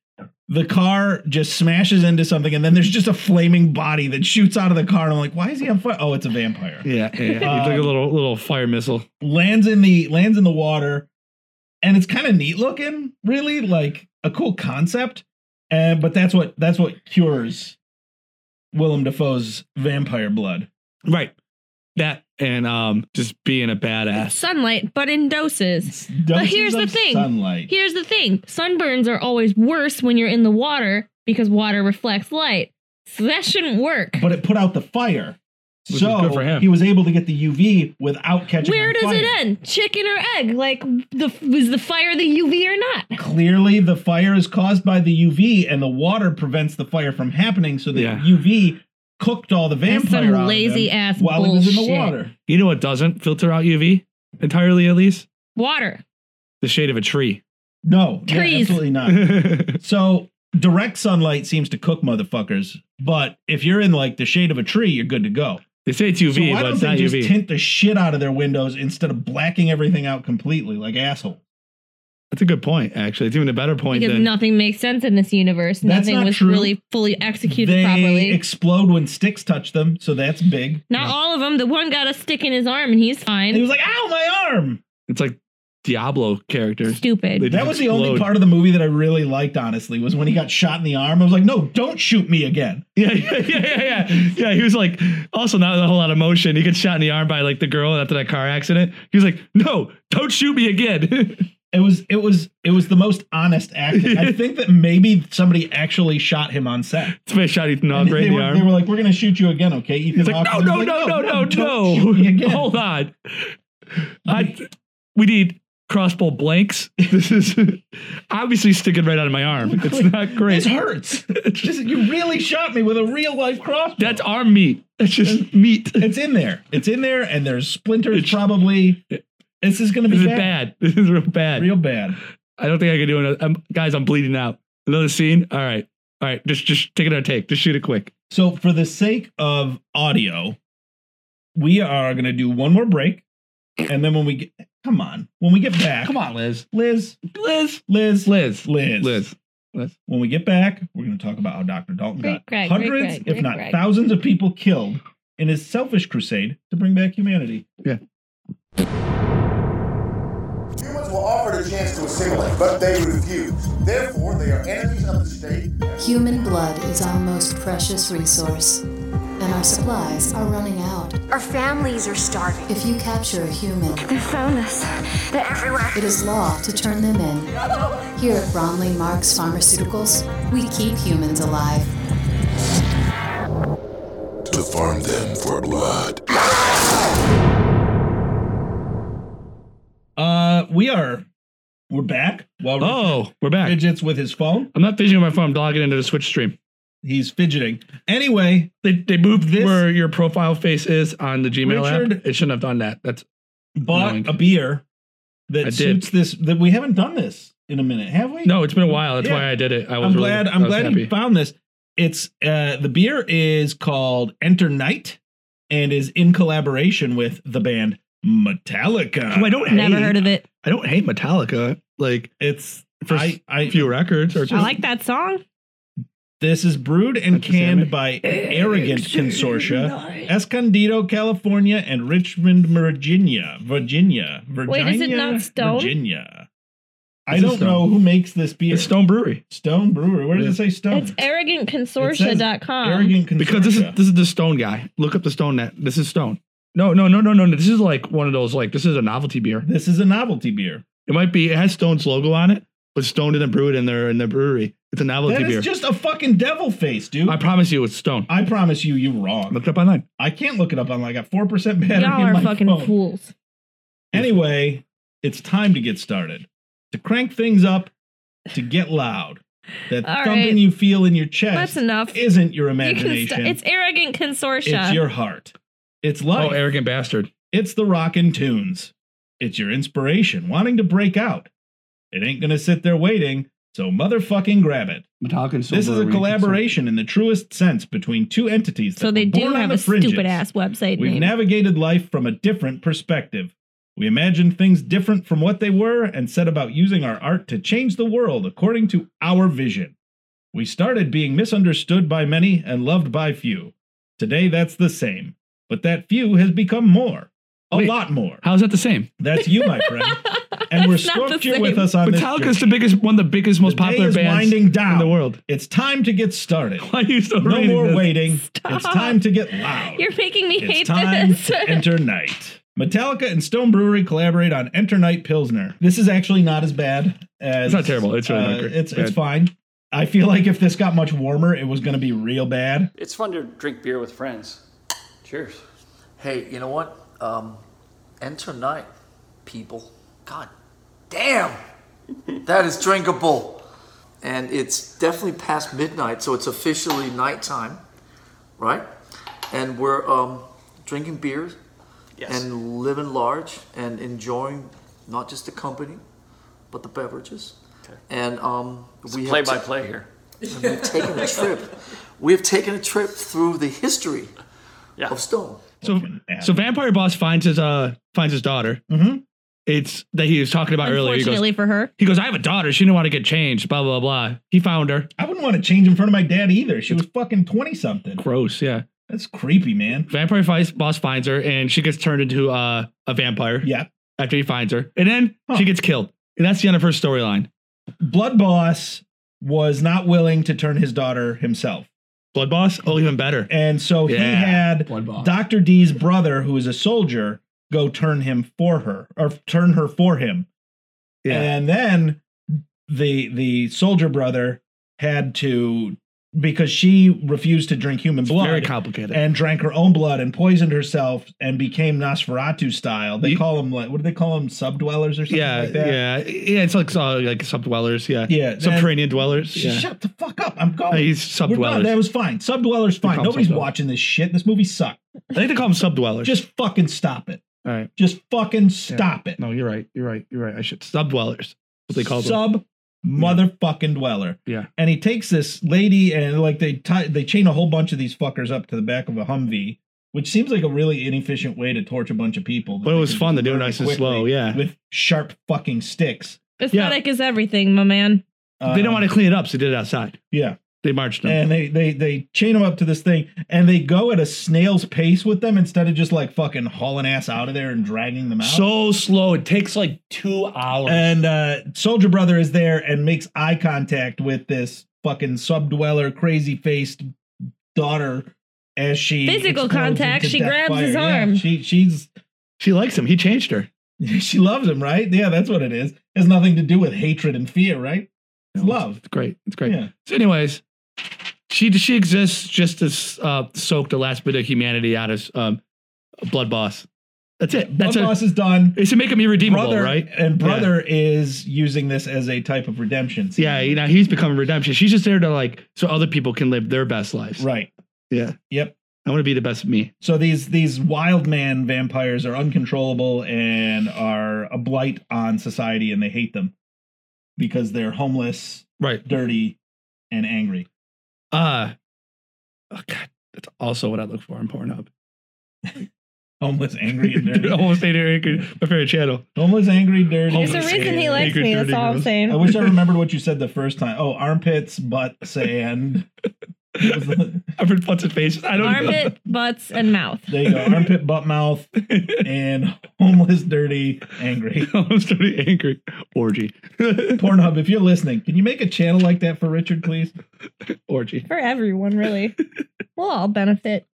[SPEAKER 3] the car just smashes into something and then there's just a flaming body that shoots out of the car and I'm like, why is he on fire? Oh, it's a vampire.
[SPEAKER 2] Yeah. yeah, yeah. He took
[SPEAKER 3] Um,
[SPEAKER 2] a little little fire missile.
[SPEAKER 3] Lands in the lands in the water and it's kind of neat looking, really, like a cool concept. And but that's what that's what cures Willem Dafoe's vampire blood.
[SPEAKER 2] Right. That and um just being a badass.
[SPEAKER 4] Sunlight, but in doses. But here's
[SPEAKER 3] Doses
[SPEAKER 4] the
[SPEAKER 3] of
[SPEAKER 4] thing.
[SPEAKER 3] Sunlight.
[SPEAKER 4] Here's the thing sunburns are always worse when you're in the water because water reflects light. So that shouldn't work.
[SPEAKER 3] but it put out the fire.
[SPEAKER 2] Which
[SPEAKER 3] so
[SPEAKER 2] is good for him.
[SPEAKER 3] he was able to get the UV without catching.
[SPEAKER 4] Where
[SPEAKER 3] on
[SPEAKER 4] does it
[SPEAKER 3] fire.
[SPEAKER 4] end? Chicken or egg? Like, the was the fire the UV or not?
[SPEAKER 3] Clearly, the fire is caused by the UV, and the water prevents the fire from happening. So the
[SPEAKER 2] Yeah.
[SPEAKER 3] UV cooked all the
[SPEAKER 4] That's
[SPEAKER 3] vampire
[SPEAKER 4] some
[SPEAKER 3] out of
[SPEAKER 4] lazy
[SPEAKER 3] him
[SPEAKER 4] ass
[SPEAKER 3] while he was in the
[SPEAKER 4] bullshit.
[SPEAKER 3] water.
[SPEAKER 2] you know what doesn't filter out UV entirely, at least?
[SPEAKER 4] Water.
[SPEAKER 2] The shade of a tree.
[SPEAKER 3] No, yeah,
[SPEAKER 4] Trees.
[SPEAKER 3] absolutely not. So direct sunlight seems to cook motherfuckers, but if you're in like the shade of a tree, you're good to go.
[SPEAKER 2] They say it's
[SPEAKER 3] So
[SPEAKER 2] UV,
[SPEAKER 3] why
[SPEAKER 2] but
[SPEAKER 3] don't
[SPEAKER 2] it's
[SPEAKER 3] they
[SPEAKER 2] not
[SPEAKER 3] just
[SPEAKER 2] UV.
[SPEAKER 3] tint the shit out of their windows instead of blacking everything out completely like asshole?
[SPEAKER 2] That's a good point, actually. It's even a better point
[SPEAKER 4] Because
[SPEAKER 2] than
[SPEAKER 4] nothing makes sense in this universe.
[SPEAKER 3] That's
[SPEAKER 4] nothing
[SPEAKER 3] not
[SPEAKER 4] was
[SPEAKER 3] true.
[SPEAKER 4] really fully executed
[SPEAKER 3] they
[SPEAKER 4] properly.
[SPEAKER 3] explode when sticks touch them, so that's big.
[SPEAKER 4] not all of them. The one got a stick in his arm and he's
[SPEAKER 3] And he
[SPEAKER 4] fine.
[SPEAKER 3] was like, "Ow, my arm!"
[SPEAKER 2] it's like Diablo characters.
[SPEAKER 4] Stupid.
[SPEAKER 2] They
[SPEAKER 3] That
[SPEAKER 2] just
[SPEAKER 3] was the only
[SPEAKER 2] explode.
[SPEAKER 3] part of the movie that I really liked. Honestly, was when he got shot in the arm. I was like, "No, don't shoot me again."
[SPEAKER 2] Yeah, yeah, yeah, yeah, yeah. Yeah, he was like, also not with a whole lot of motion. He gets shot in the arm by like the girl after that car accident. He was like, no, don't shoot me again.
[SPEAKER 3] It was, it was, it was the most honest acting. I think that maybe somebody actually shot him on set.
[SPEAKER 2] Somebody shot Ethan Hawke
[SPEAKER 3] And
[SPEAKER 2] right
[SPEAKER 3] they,
[SPEAKER 2] in the
[SPEAKER 3] were, they
[SPEAKER 2] arm.
[SPEAKER 3] were like, "We're gonna shoot you again, okay?" Ethan
[SPEAKER 2] He's like,
[SPEAKER 3] Hawke?" And
[SPEAKER 2] no,
[SPEAKER 3] he
[SPEAKER 2] no,
[SPEAKER 3] was
[SPEAKER 2] no,
[SPEAKER 3] like,
[SPEAKER 2] no, no, Oh.
[SPEAKER 3] don't shoot me
[SPEAKER 2] no.
[SPEAKER 3] again."
[SPEAKER 2] Hold on. I, we need crossbow blanks. This is obviously sticking right out of my arm. It's not
[SPEAKER 3] This
[SPEAKER 2] great.
[SPEAKER 3] hurts. Just- you really shot me with a real life crossbow.
[SPEAKER 2] That's arm meat. That's just meat.
[SPEAKER 3] it's in there. It's in there, and there's splinters
[SPEAKER 2] It's-
[SPEAKER 3] probably. This is gonna
[SPEAKER 2] This
[SPEAKER 3] be
[SPEAKER 2] is
[SPEAKER 3] bad.
[SPEAKER 2] bad. This is real bad.
[SPEAKER 3] real bad.
[SPEAKER 2] I don't think I can do another. I'm, guys, I'm bleeding out. Another scene. All right, all right. Just just take another take. Just shoot it quick.
[SPEAKER 3] So, for the sake of audio, we are going to do one more break. And then when we get, come on, when we get back,
[SPEAKER 2] on, Liz.
[SPEAKER 3] Liz,
[SPEAKER 2] Liz.
[SPEAKER 3] Liz,
[SPEAKER 2] Liz.
[SPEAKER 3] Liz,
[SPEAKER 2] Liz.
[SPEAKER 3] When we get back, we're going to talk about how Dr. Dalton got
[SPEAKER 4] Great, great,
[SPEAKER 3] hundreds,
[SPEAKER 4] great, great,
[SPEAKER 3] if
[SPEAKER 4] great,
[SPEAKER 3] not
[SPEAKER 4] great.
[SPEAKER 3] thousands of people killed in his selfish crusade to bring back humanity.
[SPEAKER 10] Humans were offered a chance to assimilate, but they refused. Therefore, they are enemies of the state.
[SPEAKER 11] Human blood is our most precious resource, and our supplies are running out.
[SPEAKER 8] Our families are starving.
[SPEAKER 11] If you capture a human,
[SPEAKER 8] They found us. They're everywhere.
[SPEAKER 11] it is law to turn them in. Here at Bromley Marks Pharmaceuticals, we keep humans alive.
[SPEAKER 6] To farm them for blood.
[SPEAKER 3] Uh, we are, we're back. While
[SPEAKER 2] Oh, we're back.
[SPEAKER 3] fidgets with his phone,
[SPEAKER 2] I'm not fishing with my phone. I'm logging into the Switch stream.
[SPEAKER 3] he's fidgeting. Anyway,
[SPEAKER 2] They, they moved
[SPEAKER 3] This-
[SPEAKER 2] where your profile face is on the Gmail app.
[SPEAKER 3] Richard-
[SPEAKER 2] It shouldn't have done that. That's
[SPEAKER 3] bought
[SPEAKER 2] Annoying.
[SPEAKER 3] a beer
[SPEAKER 2] I
[SPEAKER 3] that
[SPEAKER 2] did.
[SPEAKER 3] suits this. That we haven't done this in a minute, have we?
[SPEAKER 2] no. It's been a while. That's
[SPEAKER 3] Yeah.
[SPEAKER 2] why I did it. I was
[SPEAKER 3] I'm
[SPEAKER 2] really-
[SPEAKER 3] glad.
[SPEAKER 2] I
[SPEAKER 3] I'm
[SPEAKER 2] was
[SPEAKER 3] glad
[SPEAKER 2] happy.
[SPEAKER 3] he found this. It's uh, the beer is called Enter Night and is in collaboration with the band Metallica.
[SPEAKER 2] Who I don't
[SPEAKER 4] Never
[SPEAKER 2] hate.
[SPEAKER 4] heard of it.
[SPEAKER 2] I don't hate Metallica. Like
[SPEAKER 3] It's
[SPEAKER 2] For
[SPEAKER 3] I, I
[SPEAKER 2] a few records or
[SPEAKER 4] I
[SPEAKER 2] just
[SPEAKER 4] like that song.
[SPEAKER 3] this is brewed and
[SPEAKER 2] That's the salmon.
[SPEAKER 3] canned by Arrogant Consortia, Escondido, California, and Richmond, Virginia. Virginia. Virginia.
[SPEAKER 4] Wait, is it not Stone?
[SPEAKER 3] Virginia. I
[SPEAKER 2] It's a
[SPEAKER 3] don't
[SPEAKER 2] Stone.
[SPEAKER 3] know who makes this beer.
[SPEAKER 2] it's Stone Brewery
[SPEAKER 3] Stone Brewery. Where does it say Stone?
[SPEAKER 4] It's arrogantconsortia.com.
[SPEAKER 3] Arrogant Consortia.
[SPEAKER 2] because this is this is the Stone guy. Look up the Stone net. This is Stone. No, no, no, no, no, no. This is like one of those like this is a novelty beer.
[SPEAKER 3] this is a novelty beer.
[SPEAKER 2] It might be it has Stone's logo on it, but Stone didn't brew it in their in their brewery. It's a novelty
[SPEAKER 3] That
[SPEAKER 2] beer.
[SPEAKER 3] is just a fucking devil face, dude.
[SPEAKER 2] I
[SPEAKER 3] I,
[SPEAKER 2] promise you, it's Stone.
[SPEAKER 3] promise you, you're wrong.
[SPEAKER 2] Look it up online.
[SPEAKER 3] I can't look it up online. I got four percent battery
[SPEAKER 4] Y'all
[SPEAKER 3] in
[SPEAKER 4] are
[SPEAKER 3] my
[SPEAKER 4] fucking
[SPEAKER 3] phone.
[SPEAKER 4] fools.
[SPEAKER 3] Anyway, it's time to get started. To crank things up, to get loud. That
[SPEAKER 4] All
[SPEAKER 3] thumping
[SPEAKER 4] right.
[SPEAKER 3] you feel in your chest
[SPEAKER 4] That's enough.
[SPEAKER 3] isn't your
[SPEAKER 4] You can
[SPEAKER 3] imagination.
[SPEAKER 4] st- it's arrogant consortia.
[SPEAKER 3] It's your heart. It's
[SPEAKER 2] Oh,
[SPEAKER 3] life.
[SPEAKER 2] arrogant bastard.
[SPEAKER 3] It's the rockin' tunes. It's your inspiration wanting to break out. It ain't gonna sit there waiting, so motherfucking grab it.
[SPEAKER 2] Metallica.
[SPEAKER 3] This is a collaboration in the truest sense between two entities.
[SPEAKER 4] so
[SPEAKER 3] that
[SPEAKER 4] they
[SPEAKER 3] were
[SPEAKER 4] do
[SPEAKER 3] born on
[SPEAKER 4] have
[SPEAKER 3] the
[SPEAKER 4] a
[SPEAKER 3] fringes.
[SPEAKER 4] stupid ass website
[SPEAKER 3] We've
[SPEAKER 4] name.
[SPEAKER 3] navigated life from a different perspective. We imagined things different from what they were and set about using our art to change the world according to our vision. We started being misunderstood by many and loved by few. Today, that's the same. But that few has become more. A
[SPEAKER 2] Wait.
[SPEAKER 3] lot more.
[SPEAKER 2] How's that the same?
[SPEAKER 3] That's you, my friend. And we're
[SPEAKER 4] That's not
[SPEAKER 3] stoked
[SPEAKER 4] the
[SPEAKER 3] you're with
[SPEAKER 4] same.
[SPEAKER 3] us on this
[SPEAKER 2] Metallica's the
[SPEAKER 3] journey.
[SPEAKER 2] biggest one of the biggest, most
[SPEAKER 3] The day
[SPEAKER 2] popular
[SPEAKER 3] is
[SPEAKER 2] bands
[SPEAKER 3] winding down.
[SPEAKER 2] in the world.
[SPEAKER 3] It's time to get started.
[SPEAKER 2] Why are you so
[SPEAKER 3] No
[SPEAKER 2] rating
[SPEAKER 3] more
[SPEAKER 2] this?
[SPEAKER 3] waiting.
[SPEAKER 4] Stop.
[SPEAKER 3] It's time to get loud.
[SPEAKER 4] You're making me
[SPEAKER 3] It's
[SPEAKER 4] hate
[SPEAKER 3] time
[SPEAKER 4] this.
[SPEAKER 3] to enter night. Metallica and Stone Brewery collaborate on Enter Night Pilsner. This is actually not as bad as uh,
[SPEAKER 2] It's not terrible. It's really not great.
[SPEAKER 3] It's it's
[SPEAKER 2] Bad.
[SPEAKER 3] fine. I feel like if this got much warmer, it was going to be real bad.
[SPEAKER 12] It's fun to drink beer with friends. Cheers. Hey, you know what? Um, enter night, people. God damn! that is drinkable. And it's definitely past midnight, so it's officially nighttime, right? And we're um, drinking beers and living large and enjoying not just the company, but the beverages. And um,
[SPEAKER 13] It's
[SPEAKER 12] we
[SPEAKER 13] play
[SPEAKER 12] have
[SPEAKER 13] by
[SPEAKER 12] ta-
[SPEAKER 13] play here.
[SPEAKER 12] and we've taken a trip. We have taken a trip through the history of Stone.
[SPEAKER 2] So, so vampire boss finds his uh finds his daughter. Mm-hmm. It's that he was talking about earlier. He
[SPEAKER 4] Unfortunately
[SPEAKER 2] goes,
[SPEAKER 4] for her.
[SPEAKER 2] he goes, I have a daughter. She didn't want to get changed. Blah blah blah. He found her.
[SPEAKER 3] I wouldn't want to change in front of my dad either. She was fucking 20 something.
[SPEAKER 2] Gross. Yeah.
[SPEAKER 3] That's creepy, man.
[SPEAKER 2] Vampire fights, boss finds her, and she gets turned into uh, a vampire.
[SPEAKER 3] Yeah.
[SPEAKER 2] After he finds her, and then she gets killed. And that's the end of her storyline.
[SPEAKER 3] Blood Boss was not willing to turn his daughter himself.
[SPEAKER 2] Blood Boss? Oh, even better.
[SPEAKER 3] And so he
[SPEAKER 2] Yeah,
[SPEAKER 3] had Dr. D's brother, who is a soldier, go turn him for her or turn her for him.
[SPEAKER 2] Yeah.
[SPEAKER 3] And then the the soldier brother had to because she refused to drink human blood.
[SPEAKER 2] very complicated.
[SPEAKER 3] And drank her own blood and poisoned herself and became Nosferatu style. They call them like what do they call them? Subdwellers or something
[SPEAKER 2] Yeah,
[SPEAKER 3] like that?
[SPEAKER 2] yeah, yeah. It's like uh, like subdwellers. Yeah,
[SPEAKER 3] Yeah,
[SPEAKER 2] Subterranean dwellers.
[SPEAKER 3] Sh-
[SPEAKER 2] Yeah.
[SPEAKER 3] Shut the fuck up. I'm going.
[SPEAKER 2] Uh, he's
[SPEAKER 3] We're not-
[SPEAKER 2] subdwellers.
[SPEAKER 3] That was fine. Subdwellers
[SPEAKER 2] call
[SPEAKER 3] fine.
[SPEAKER 2] them
[SPEAKER 3] Nobody's
[SPEAKER 2] subdwellers.
[SPEAKER 3] watching this shit. This movie sucked.
[SPEAKER 2] I think they call them subdwellers.
[SPEAKER 3] Just fucking stop it.
[SPEAKER 2] All right.
[SPEAKER 3] Just fucking stop it.
[SPEAKER 2] No, you're right. You're right. You're right. I should subdwellers. What they call them.
[SPEAKER 3] Sub motherfucking dweller.
[SPEAKER 2] Yeah.
[SPEAKER 3] And he takes this lady and like they tie, they chain a whole bunch of these fuckers up to the back of a Humvee, which seems like a really inefficient way to torch a bunch of people.
[SPEAKER 2] But it was fun to do nice and slow. Yeah.
[SPEAKER 3] With sharp fucking sticks.
[SPEAKER 4] Aesthetic is everything, my man.
[SPEAKER 3] Uh,
[SPEAKER 2] they didn't want to clean it up, so they did it outside.
[SPEAKER 3] Yeah.
[SPEAKER 2] They marched them.
[SPEAKER 3] and they they they chain them up to this thing and they go at a snail's pace with them instead of just like fucking hauling ass out of there and dragging them out
[SPEAKER 2] so slow it takes like two hours
[SPEAKER 3] and uh soldier brother is there and makes eye contact with this fucking subdweller crazy faced daughter as she
[SPEAKER 4] Physical
[SPEAKER 3] explodes
[SPEAKER 4] contact.
[SPEAKER 3] into
[SPEAKER 4] She
[SPEAKER 3] death
[SPEAKER 4] grabs his
[SPEAKER 3] Yeah,
[SPEAKER 4] arm.
[SPEAKER 3] she she's
[SPEAKER 2] she likes him he changed her
[SPEAKER 3] she loves him right yeah that's what it is has nothing to do with hatred and fear right it's love
[SPEAKER 2] it's great it's great
[SPEAKER 3] Yeah.
[SPEAKER 2] so anyways she she exists just to uh, soak the last bit of humanity out of um, blood boss that's it that's
[SPEAKER 3] Blood
[SPEAKER 2] it.
[SPEAKER 3] Boss is done.
[SPEAKER 2] it's to make him irredeemable
[SPEAKER 3] brother
[SPEAKER 2] right
[SPEAKER 3] and
[SPEAKER 2] Yeah.
[SPEAKER 3] brother is using this as a type of redemption
[SPEAKER 2] yeah you know he's become redemption she's just there to like so other people can live their best lives
[SPEAKER 3] Right.
[SPEAKER 2] yeah
[SPEAKER 3] Yep.
[SPEAKER 2] i want to be the best me
[SPEAKER 3] So these these wild man vampires are uncontrollable and are a blight on society, and they hate them because they're homeless,
[SPEAKER 2] right,
[SPEAKER 3] dirty, and angry.
[SPEAKER 2] uh oh god that's also what i look for in pornhub
[SPEAKER 3] Homeless, angry, and dirty.
[SPEAKER 2] almost my favorite channel
[SPEAKER 3] homeless, angry, dirty.
[SPEAKER 4] There's a reason he likes me. That's all I'm saying.
[SPEAKER 3] I wish I remembered what you said the first time. Oh, armpits, butt, sand.
[SPEAKER 2] I've heard butts and faces. I don't know.
[SPEAKER 4] Armpit, butts, and mouth.
[SPEAKER 3] There you go. Armpit, butt, mouth, and homeless, dirty, angry.
[SPEAKER 2] Homeless, dirty, angry orgy.
[SPEAKER 3] Pornhub, if you're listening, can you make a channel like that for Richard, please?
[SPEAKER 2] Orgy.
[SPEAKER 4] For everyone, really. we'll all benefit.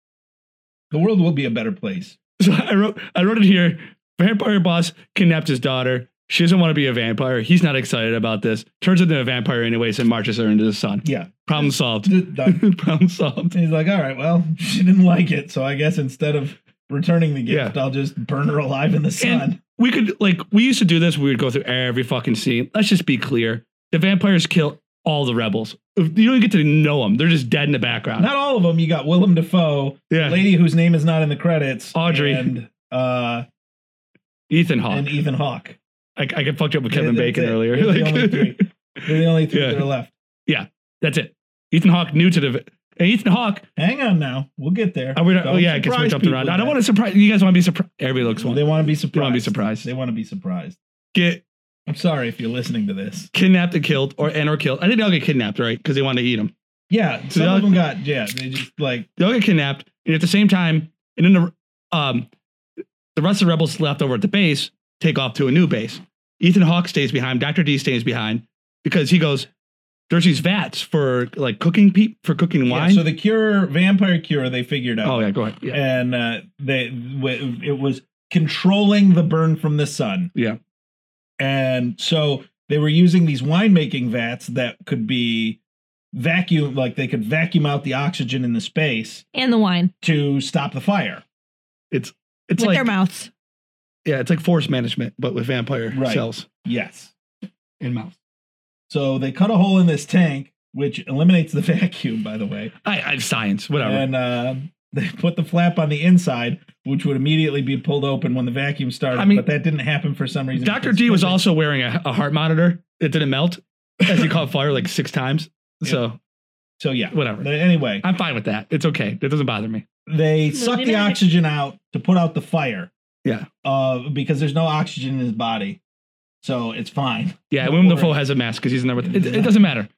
[SPEAKER 3] The world will be a better place.
[SPEAKER 2] So I wrote I wrote it here. Vampire boss kidnapped his daughter. She doesn't want to be a vampire. He's not excited about this. Turns into a vampire anyways and marches her into the sun.
[SPEAKER 3] Yeah.
[SPEAKER 2] Problem solved.
[SPEAKER 3] Done.
[SPEAKER 2] Problem solved.
[SPEAKER 3] And he's like, all right, well, she didn't like it. So I guess instead of returning the gift, I'll just burn her alive in the sun.
[SPEAKER 2] And we could like we used to do this. We would go through every fucking scene. Let's just be clear. The vampires kill all the rebels. If You don't get to know them. They're just dead in the background.
[SPEAKER 3] Not all of them. You got Willem Dafoe,
[SPEAKER 2] Yeah.
[SPEAKER 3] lady whose name is not in the credits,
[SPEAKER 2] Audrey.
[SPEAKER 3] and, uh,
[SPEAKER 2] Ethan Hawke.
[SPEAKER 3] and Ethan Hawke.
[SPEAKER 2] I, I got fucked up with Kevin
[SPEAKER 3] That's
[SPEAKER 2] Bacon
[SPEAKER 3] it.
[SPEAKER 2] earlier.
[SPEAKER 3] They're the
[SPEAKER 2] Like-
[SPEAKER 3] only three. They're the only three
[SPEAKER 2] Yeah.
[SPEAKER 3] that are left.
[SPEAKER 2] yeah, that's it. Ethan Hawke new to the and Ethan Hawke.
[SPEAKER 3] Hang on now. We'll get there.
[SPEAKER 2] I would, oh
[SPEAKER 3] Don't
[SPEAKER 2] yeah, it gets
[SPEAKER 3] surprise
[SPEAKER 2] we jumped around.
[SPEAKER 3] people
[SPEAKER 2] I don't
[SPEAKER 3] yet.
[SPEAKER 2] want to surprise you guys. Want to be surprised? Everybody looks one.
[SPEAKER 3] They want to be
[SPEAKER 2] They want to be
[SPEAKER 3] surprised.
[SPEAKER 2] surprised.
[SPEAKER 3] They want to be surprised.
[SPEAKER 2] Get
[SPEAKER 3] I'm sorry if you're listening to this.
[SPEAKER 2] kidnapped and killed, or and or killed. I think they all get kidnapped, right? Because they want to eat them.
[SPEAKER 3] Yeah,
[SPEAKER 2] So
[SPEAKER 3] some
[SPEAKER 2] they all-
[SPEAKER 3] of them got yeah. They just like
[SPEAKER 2] They all get kidnapped, and at the same time, and then the um, the rest of the rebels left over at the base take off to a new base. Ethan Hawke stays behind. Doctor D stays behind because he goes. There's these vats for like cooking pe- for cooking
[SPEAKER 3] yeah,
[SPEAKER 2] wine.
[SPEAKER 3] so the cure, vampire cure, they figured out.
[SPEAKER 2] oh yeah, go ahead. Yeah.
[SPEAKER 3] and uh, they w- it was controlling the burn from the sun.
[SPEAKER 2] Yeah.
[SPEAKER 3] And so they were using these winemaking vats that could be vacuum, like they could vacuum out the oxygen in the space
[SPEAKER 4] And the wine.
[SPEAKER 3] to stop the fire.
[SPEAKER 2] It's it's
[SPEAKER 4] with
[SPEAKER 2] like
[SPEAKER 4] their mouths.
[SPEAKER 2] yeah, it's like forest management, but with vampire
[SPEAKER 3] Right.
[SPEAKER 2] cells
[SPEAKER 3] Yes.
[SPEAKER 2] and mouths.
[SPEAKER 3] So they cut a hole in this tank, which eliminates the vacuum, by the way.
[SPEAKER 2] I, I science, whatever.
[SPEAKER 3] And uh, they put the flap on the inside, which would immediately be pulled open when the vacuum started.
[SPEAKER 2] I mean-
[SPEAKER 3] but that didn't happen for some reason.
[SPEAKER 2] Doctor D was also wearing a, a heart monitor. It didn't melt as he caught fire like six times. So
[SPEAKER 3] So yeah.
[SPEAKER 2] whatever.
[SPEAKER 3] But anyway,
[SPEAKER 2] I'm fine with that. It's okay. It doesn't bother me.
[SPEAKER 3] they
[SPEAKER 4] No,
[SPEAKER 3] suck
[SPEAKER 4] they
[SPEAKER 3] the
[SPEAKER 4] didn't.
[SPEAKER 3] oxygen out to put out the fire.
[SPEAKER 2] Yeah.
[SPEAKER 3] Uh, because there's no oxygen in his body, so it's fine.
[SPEAKER 2] Yeah,
[SPEAKER 3] Don't
[SPEAKER 2] Willem
[SPEAKER 3] worry.
[SPEAKER 2] Dafoe has a mask because he's in there with it. It doesn't matter.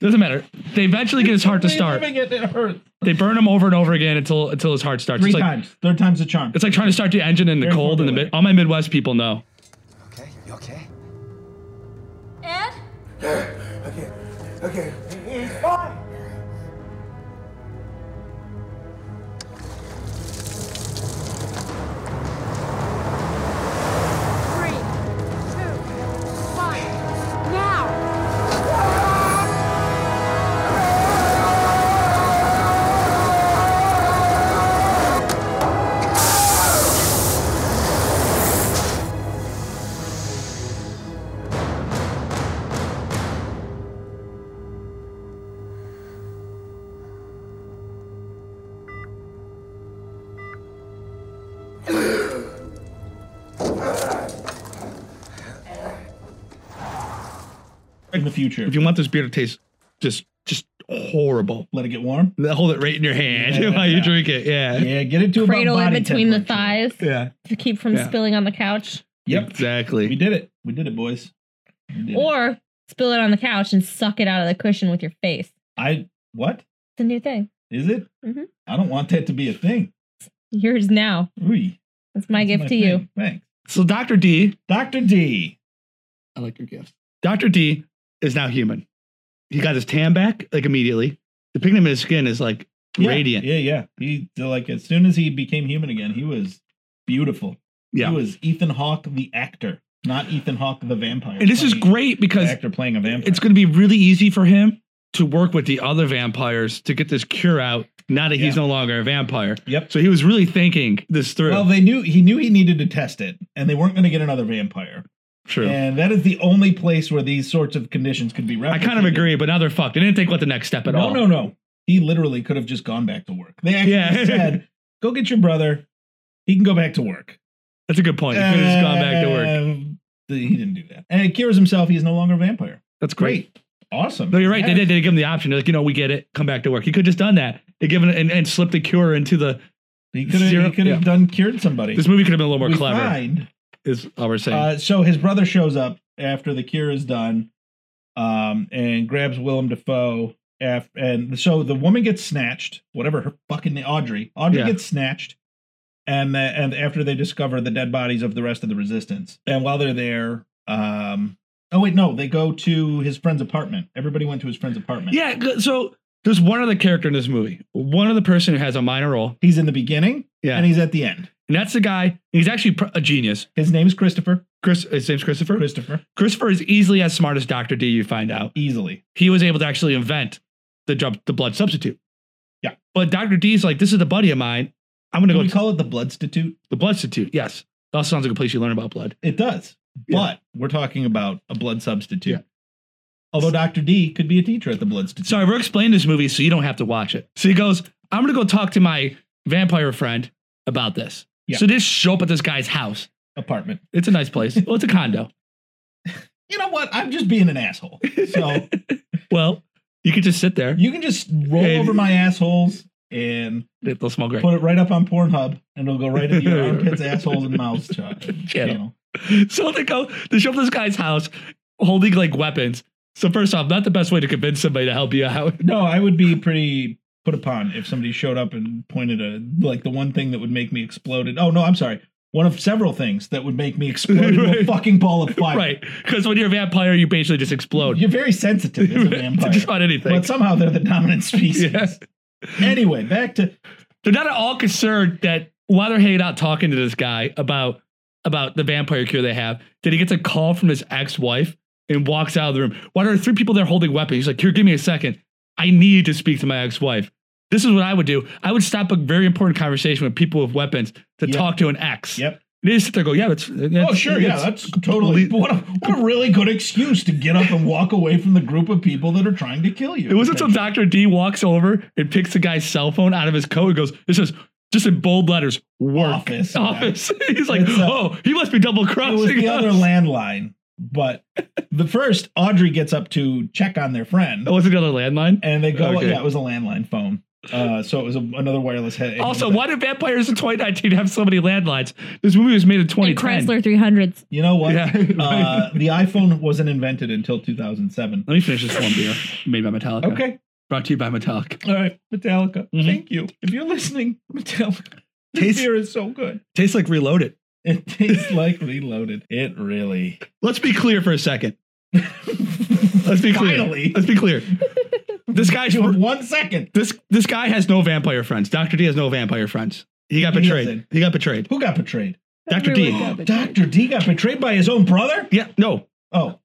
[SPEAKER 2] Doesn't matter. They eventually get his heart to start.
[SPEAKER 3] Leaving it, it hurts.
[SPEAKER 2] They burn him over and over again until until his heart starts.
[SPEAKER 3] Three
[SPEAKER 2] it's like
[SPEAKER 3] times. Third time's the charm.
[SPEAKER 2] it's like trying to start the engine in the
[SPEAKER 3] Very
[SPEAKER 2] cold. And the
[SPEAKER 3] formulaic.
[SPEAKER 2] mid, all my Midwest people know.
[SPEAKER 9] Okay, you okay?
[SPEAKER 8] Ed?
[SPEAKER 10] Okay, okay, he's fine.
[SPEAKER 8] Three, two, one, now!
[SPEAKER 3] in the future.
[SPEAKER 2] If you want this beer to taste just just horrible,
[SPEAKER 3] Let it get warm.
[SPEAKER 2] hold it right in your hand
[SPEAKER 3] Yeah,
[SPEAKER 2] while
[SPEAKER 3] yeah.
[SPEAKER 2] you drink it. Yeah.
[SPEAKER 3] Yeah, get it to about
[SPEAKER 4] Cradle it
[SPEAKER 3] body
[SPEAKER 4] between the
[SPEAKER 3] temperature.
[SPEAKER 4] thighs
[SPEAKER 2] Yeah.
[SPEAKER 4] to keep from
[SPEAKER 2] Yeah.
[SPEAKER 4] spilling on the couch,
[SPEAKER 3] Yep.
[SPEAKER 2] Exactly.
[SPEAKER 3] We did it. We did it, boys. We did it.
[SPEAKER 4] or spill it on the couch and suck it out of the cushion with your face.
[SPEAKER 3] I what
[SPEAKER 4] It's a new thing.
[SPEAKER 3] is it?
[SPEAKER 4] Mhm.
[SPEAKER 3] I don't want that to be a thing.
[SPEAKER 4] Yours now.
[SPEAKER 3] Ooh,
[SPEAKER 4] That's my gift to you.
[SPEAKER 3] Thanks,
[SPEAKER 2] So Dr. D,
[SPEAKER 3] Doctor D.
[SPEAKER 2] I like your gift. Dr. D is now human. He got his tan back like immediately. The pigment in his skin is like
[SPEAKER 3] Yeah,
[SPEAKER 2] radiant.
[SPEAKER 3] Yeah, yeah. He like as soon as he became human again, he was beautiful.
[SPEAKER 2] Yeah.
[SPEAKER 3] He was Ethan Hawke the actor, not Ethan Hawke the vampire.
[SPEAKER 2] And this is
[SPEAKER 3] playing-
[SPEAKER 2] great
[SPEAKER 3] the
[SPEAKER 2] because
[SPEAKER 3] actor playing a vampire.
[SPEAKER 2] it's going to be really easy for him to work with the other vampires to get this cure out now that he's
[SPEAKER 3] Yeah.
[SPEAKER 2] no longer a vampire.
[SPEAKER 3] Yep.
[SPEAKER 2] So he was really thinking this through.
[SPEAKER 3] Well, they knew he knew he needed to test it, and they weren't going to get another vampire.
[SPEAKER 2] True.
[SPEAKER 3] And that is the only place where these sorts of conditions could be replicated.
[SPEAKER 2] I kind of agree, but now they're fucked. They didn't think about the next step at
[SPEAKER 3] no,
[SPEAKER 2] all.
[SPEAKER 3] no, no. He literally could have just gone back to work. They actually
[SPEAKER 2] Yeah.
[SPEAKER 3] said, "Go get your brother. He can go back to work."
[SPEAKER 2] That's a good point. Oh, He could have just gone back to work.
[SPEAKER 3] Um, th- He didn't do that, and it cures himself. He's no longer a vampire.
[SPEAKER 2] That's great.
[SPEAKER 3] Awesome.
[SPEAKER 2] No, you're right. They
[SPEAKER 3] Yeah.
[SPEAKER 2] did. They did give him the option. They're like, you know, we get it. Come back to work. He could have just done that. They given and, and slipped the cure into the.
[SPEAKER 3] He could have.
[SPEAKER 2] Zero-
[SPEAKER 3] He could have
[SPEAKER 2] yeah.
[SPEAKER 3] done cured somebody.
[SPEAKER 2] This movie could have been a little more
[SPEAKER 3] We
[SPEAKER 2] clever.
[SPEAKER 3] find,
[SPEAKER 2] Is all we're saying.
[SPEAKER 3] uh, so his brother shows up after the cure is done, um, and grabs Willem Dafoe. Af- and so the woman gets snatched. Whatever her fucking name, Audrey. Audrey
[SPEAKER 2] Yeah.
[SPEAKER 3] gets snatched, and the, and after they discover the dead bodies of the rest of the resistance, and while they're there, um, oh wait, no, they go to his friend's apartment. Everybody went to his friend's apartment.
[SPEAKER 2] yeah. g- So there's one other character in this movie. One other person who has a minor role.
[SPEAKER 3] he's in the beginning,
[SPEAKER 2] Yeah.
[SPEAKER 3] and he's at the end.
[SPEAKER 2] And that's the guy. He's actually pr- a genius.
[SPEAKER 3] His name's Christopher.
[SPEAKER 2] Chris. His name's Christopher.
[SPEAKER 3] Christopher,
[SPEAKER 2] Christopher is easily as smart as Doctor D. You find out.
[SPEAKER 3] easily.
[SPEAKER 2] he was able to actually invent the drug, the blood substitute.
[SPEAKER 3] Yeah.
[SPEAKER 2] But Dr. D's like, this is a buddy of mine. I'm going to
[SPEAKER 3] Can
[SPEAKER 2] go
[SPEAKER 3] we
[SPEAKER 2] to
[SPEAKER 3] call it the Bloodstitute?
[SPEAKER 2] the blood substitute. Yes. That also sounds like a place you learn about blood.
[SPEAKER 3] It does.
[SPEAKER 2] Yeah.
[SPEAKER 3] But we're talking about a blood substitute.
[SPEAKER 2] Yeah.
[SPEAKER 3] Although Dr. D could be a teacher at the blood substitute.
[SPEAKER 2] Sorry, we're explaining this movie so you don't have to watch it. So he goes, I'm going to go talk to my vampire friend about this.
[SPEAKER 3] Yeah.
[SPEAKER 2] So they just show up at this guy's house.
[SPEAKER 3] Apartment.
[SPEAKER 2] It's a nice place. well, it's a condo.
[SPEAKER 3] You know what? I'm just being an asshole. So
[SPEAKER 2] Well, you could just sit there.
[SPEAKER 3] you can just roll
[SPEAKER 2] And-
[SPEAKER 3] over my assholes and
[SPEAKER 2] They'll smell great.
[SPEAKER 3] put it right up on Pornhub and it'll go right into your armpits, assholes, and mouths cha- channel.
[SPEAKER 2] So they go, they show up at this guy's house holding like weapons. So first off, not the best way to convince somebody to help you out.
[SPEAKER 3] No, I would be pretty put upon if somebody showed up and pointed a like the one thing that would make me exploded. Oh no, I'm sorry. One of several things that would make me explode into a
[SPEAKER 2] Right.
[SPEAKER 3] fucking ball of fire.
[SPEAKER 2] Right. Because when you're a vampire, you basically just explode.
[SPEAKER 3] You're very sensitive as a vampire.
[SPEAKER 2] just about anything.
[SPEAKER 3] But somehow they're the dominant species.
[SPEAKER 2] Yeah.
[SPEAKER 3] Anyway, back to
[SPEAKER 2] They're not at all concerned that while they're hanging out talking to this guy about about the vampire cure they have, that he gets a call from his ex-wife and walks out of the room. Why are there three people there holding weapons? He's like, here, give me a second. I need to speak to my ex-wife. This is what I would do. I would stop a very important conversation with people with weapons to
[SPEAKER 3] Yep.
[SPEAKER 2] talk to an ex.
[SPEAKER 3] Yep.
[SPEAKER 2] They just sit there and go, yeah, that's,
[SPEAKER 14] Oh, sure. Yeah, that's totally. What a, what a really good excuse to get up and walk away from the group of people that are trying to kill you.
[SPEAKER 2] It wasn't until Dr. D walks over and picks the guy's cell phone out of his coat and goes, it says, just in bold letters, work.
[SPEAKER 3] Office, yeah.
[SPEAKER 2] Office. He's like,
[SPEAKER 3] It's, uh,
[SPEAKER 2] oh, he must be double
[SPEAKER 3] It was
[SPEAKER 2] crossing.
[SPEAKER 3] the other
[SPEAKER 2] us."
[SPEAKER 3] landline, but the first Audrey gets up to check on their friend,
[SPEAKER 2] That wasn't the other landline.
[SPEAKER 3] and they go,
[SPEAKER 2] Oh. Okay.
[SPEAKER 3] "Yeah, it was a landline phone." Uh, so it was a, another wireless head.
[SPEAKER 2] Also, why did vampires in 2019 have so many landlines? This movie was made in
[SPEAKER 4] And
[SPEAKER 2] 2010.
[SPEAKER 4] Chrysler 300s.
[SPEAKER 3] You know what?
[SPEAKER 2] Yeah.
[SPEAKER 3] uh, the iPhone wasn't invented until 2007.
[SPEAKER 2] Let me finish this one beer made by Metallica.
[SPEAKER 3] Okay.
[SPEAKER 2] Brought to you by Metallica.
[SPEAKER 3] All right, Metallica.
[SPEAKER 2] Mhm.
[SPEAKER 3] Thank you. If you're listening, Metallica, this
[SPEAKER 2] Tastes-
[SPEAKER 3] beer is so good.
[SPEAKER 2] Tastes like reloaded.
[SPEAKER 3] It tastes like reloaded. It really.
[SPEAKER 2] Let's be clear for a second. Let's be clear.
[SPEAKER 3] Finally.
[SPEAKER 2] Let's be clear. This guy's
[SPEAKER 3] You have one second.
[SPEAKER 2] this this guy has no vampire friends. Dr. D has no vampire friends. He got
[SPEAKER 3] He
[SPEAKER 2] betrayed.
[SPEAKER 3] doesn't.
[SPEAKER 2] he got betrayed.
[SPEAKER 3] Who got betrayed?
[SPEAKER 2] Dr. D.
[SPEAKER 4] Everyone got betrayed.
[SPEAKER 3] Dr. D got betrayed by his own brother?
[SPEAKER 2] Yeah, no.
[SPEAKER 3] Oh,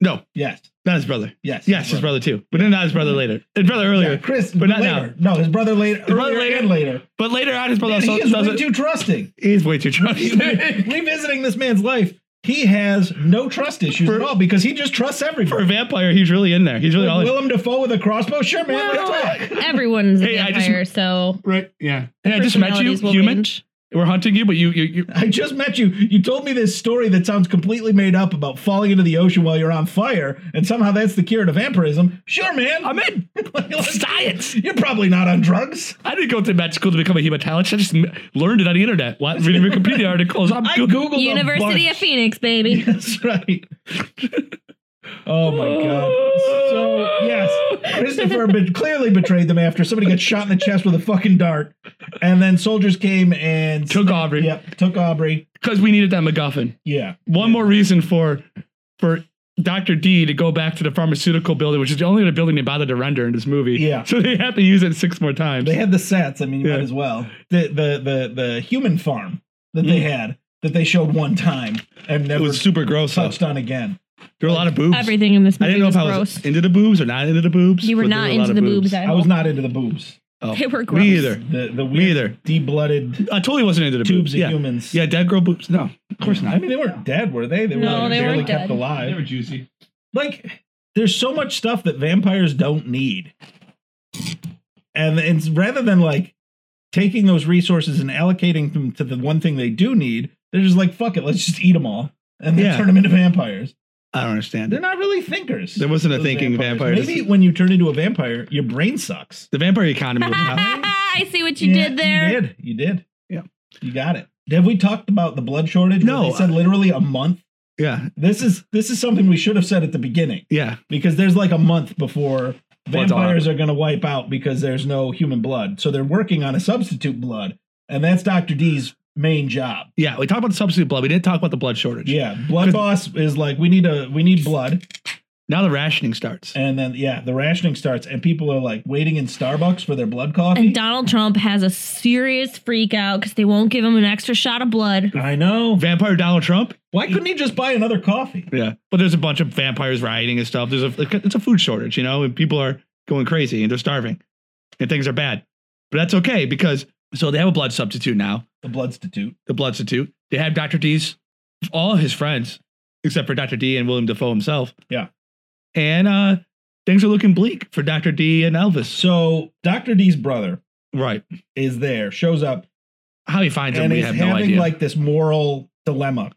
[SPEAKER 2] No.
[SPEAKER 3] yes.
[SPEAKER 2] Not his brother.
[SPEAKER 3] Yes. Mm-hmm.
[SPEAKER 2] Yes, his brother too. But then not his brother later. His brother earlier.
[SPEAKER 3] Yeah, Chris,
[SPEAKER 2] but not
[SPEAKER 3] later. No, his brother later.
[SPEAKER 2] brother
[SPEAKER 3] earlier
[SPEAKER 2] later.
[SPEAKER 3] and later.
[SPEAKER 2] But later on his brother
[SPEAKER 3] Man,
[SPEAKER 2] also
[SPEAKER 3] he is way
[SPEAKER 2] doesn't
[SPEAKER 3] too trusting.
[SPEAKER 2] he's way too trusting.
[SPEAKER 3] Revisiting this man's life, he has no trust issues at all because he just trusts
[SPEAKER 2] For a
[SPEAKER 3] everybody.
[SPEAKER 2] vampire, he's really in there. He's really all in.
[SPEAKER 3] Willem Dafoe with a crossbow? Sure, man. let's talk.
[SPEAKER 4] Everyone's a
[SPEAKER 2] Hey, I just-
[SPEAKER 4] vampire, so
[SPEAKER 2] Right. Yeah. Hey, I just met you,
[SPEAKER 4] Personalities will
[SPEAKER 2] human.
[SPEAKER 4] range.
[SPEAKER 2] We're hunting you, but you, you, you.
[SPEAKER 3] I just met you. You told me this story that sounds completely made up about falling into the ocean while you're on fire, and somehow that's the cure to vampirism. Sure, man.
[SPEAKER 2] I'm in. Science.
[SPEAKER 3] You're probably not on drugs.
[SPEAKER 2] I didn't go to med school to become a hematologist. I just m- learned it on the internet. What? Reading Wikipedia articles. I'm
[SPEAKER 3] I
[SPEAKER 2] good.
[SPEAKER 3] googled a
[SPEAKER 4] University
[SPEAKER 3] bunch.
[SPEAKER 4] of Phoenix, baby.
[SPEAKER 3] That's right. Oh my god. So yes, Christopher be- clearly betrayed them after somebody got shot in the chest with a fucking dart, and then soldiers came and
[SPEAKER 2] Took Aubrey
[SPEAKER 3] Yep, took Aubrey.
[SPEAKER 2] because we needed that MacGuffin.
[SPEAKER 3] Yeah,
[SPEAKER 2] One more reason for for Dr. D to go back to the pharmaceutical building, which is the only other building they bothered to render in this movie.
[SPEAKER 3] Yeah.
[SPEAKER 2] So they have to use it six more times.
[SPEAKER 3] they had the sets. I mean, you
[SPEAKER 2] Yeah.
[SPEAKER 3] might as well. The the the the human farm that they had that they showed one time and
[SPEAKER 2] Mm. it
[SPEAKER 3] never
[SPEAKER 2] was super gross. though.
[SPEAKER 3] touched on again.
[SPEAKER 2] There were a lot of boobs.
[SPEAKER 4] Everything in this
[SPEAKER 2] I
[SPEAKER 4] movie
[SPEAKER 2] didn't know
[SPEAKER 4] was
[SPEAKER 2] if I was
[SPEAKER 4] gross.
[SPEAKER 2] into the boobs or not into the boobs.
[SPEAKER 4] you were
[SPEAKER 2] but there
[SPEAKER 4] not
[SPEAKER 2] a lot
[SPEAKER 4] into
[SPEAKER 2] of
[SPEAKER 4] the boobs. at
[SPEAKER 3] I
[SPEAKER 4] all.
[SPEAKER 3] was not into the boobs.
[SPEAKER 2] Oh,
[SPEAKER 4] They were gross.
[SPEAKER 2] Me either.
[SPEAKER 3] The the
[SPEAKER 2] Me
[SPEAKER 3] weird
[SPEAKER 2] either.
[SPEAKER 3] deblooded
[SPEAKER 2] I totally wasn't into the
[SPEAKER 3] tubes
[SPEAKER 2] boobs.
[SPEAKER 3] of
[SPEAKER 2] Yeah.
[SPEAKER 3] humans.
[SPEAKER 2] Yeah, dead girl boobs. No, of course not.
[SPEAKER 3] I mean, they weren't dead, were they? They were
[SPEAKER 4] No,
[SPEAKER 3] like,
[SPEAKER 4] they
[SPEAKER 3] barely
[SPEAKER 4] weren't
[SPEAKER 3] kept
[SPEAKER 4] dead.
[SPEAKER 3] alive.
[SPEAKER 2] juicy.
[SPEAKER 3] like there's so much stuff that vampires don't need and it's rather than like taking those resources and allocating them to the one thing they do need they're just like fuck it let's just eat them all and then
[SPEAKER 2] Yeah.
[SPEAKER 3] turn them into vampires
[SPEAKER 2] I don't understand.
[SPEAKER 3] they're not really thinkers
[SPEAKER 2] There wasn't a
[SPEAKER 3] those
[SPEAKER 2] thinking vampire.
[SPEAKER 3] maybe when you turn into a vampire your brain sucks
[SPEAKER 2] The vampire economy was not.
[SPEAKER 4] I see what you
[SPEAKER 3] Yeah,
[SPEAKER 4] did there.
[SPEAKER 3] you did you did
[SPEAKER 2] Yeah.
[SPEAKER 3] you got it have we talked about the blood shortage where
[SPEAKER 2] No,
[SPEAKER 3] they said
[SPEAKER 2] I-
[SPEAKER 3] literally a month
[SPEAKER 2] Yeah,
[SPEAKER 3] this is this is something we should have said at the beginning
[SPEAKER 2] yeah.
[SPEAKER 3] because there's like a month before
[SPEAKER 2] Blood's all
[SPEAKER 3] vampires are going to wipe out because there's no human blood. So they're working on a substitute blood, and that's Dr. D's main job.
[SPEAKER 2] Yeah, we talked about the substitute blood. We didn't talk about the blood shortage.
[SPEAKER 3] Yeah, blood
[SPEAKER 2] 'Cause-
[SPEAKER 3] boss is like we need a we need blood,
[SPEAKER 2] Now the rationing starts.
[SPEAKER 3] and then yeah, the rationing starts, and people are like waiting in Starbucks for their blood coffee.
[SPEAKER 4] And Donald Trump has a serious freak out because they won't give him an extra shot of blood.
[SPEAKER 3] I know.
[SPEAKER 2] Vampire Donald Trump.
[SPEAKER 3] Why couldn't he just buy another coffee?
[SPEAKER 2] Yeah, but there's a bunch of vampires rioting and stuff. There's a it's a food shortage, you know, and people are going crazy and they're starving, and things are bad. But that's okay because so they have a blood substitute now.
[SPEAKER 3] The bloodstitute.
[SPEAKER 2] the blood substitute. They have Dr. D's, all his friends, except for Dr. D and William Defoe himself.
[SPEAKER 3] Yeah.
[SPEAKER 2] And uh, things are looking bleak for Dr. D and Elvis.
[SPEAKER 3] So Dr. D's brother
[SPEAKER 2] Right.
[SPEAKER 3] is there, shows up,
[SPEAKER 2] How he finds them,
[SPEAKER 3] and
[SPEAKER 2] we
[SPEAKER 3] he's
[SPEAKER 2] have no
[SPEAKER 3] having
[SPEAKER 2] idea.
[SPEAKER 3] like this moral dilemma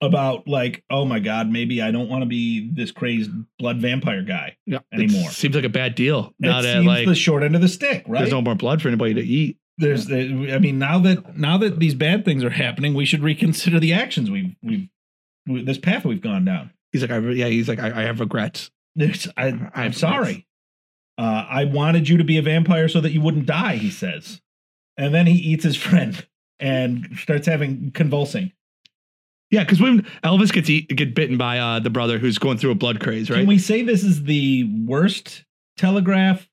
[SPEAKER 3] about like, oh my god, maybe I don't want to be this crazed blood vampire guy
[SPEAKER 2] Yeah, it
[SPEAKER 3] anymore.
[SPEAKER 2] Seems like a bad deal. Now
[SPEAKER 3] it
[SPEAKER 2] that
[SPEAKER 3] seems
[SPEAKER 2] like
[SPEAKER 3] the short end of the stick, right?
[SPEAKER 2] there's no more blood for anybody to eat.
[SPEAKER 3] There's, I mean, now that now that these bad things are happening, we should reconsider the actions we've we've we, this path we've gone down.
[SPEAKER 2] He's like, I re- yeah, he's like, I, I have regrets.
[SPEAKER 3] There's, I,
[SPEAKER 2] I-
[SPEAKER 3] I'm sorry. Uh, I wanted you to be a vampire so that you wouldn't die, he says. And then he eats his friend and starts having convulsing.
[SPEAKER 2] Yeah, because when Elvis gets eat, get bitten by uh, the brother who's going through a blood craze, right?
[SPEAKER 3] Can we say this is the worst telegraph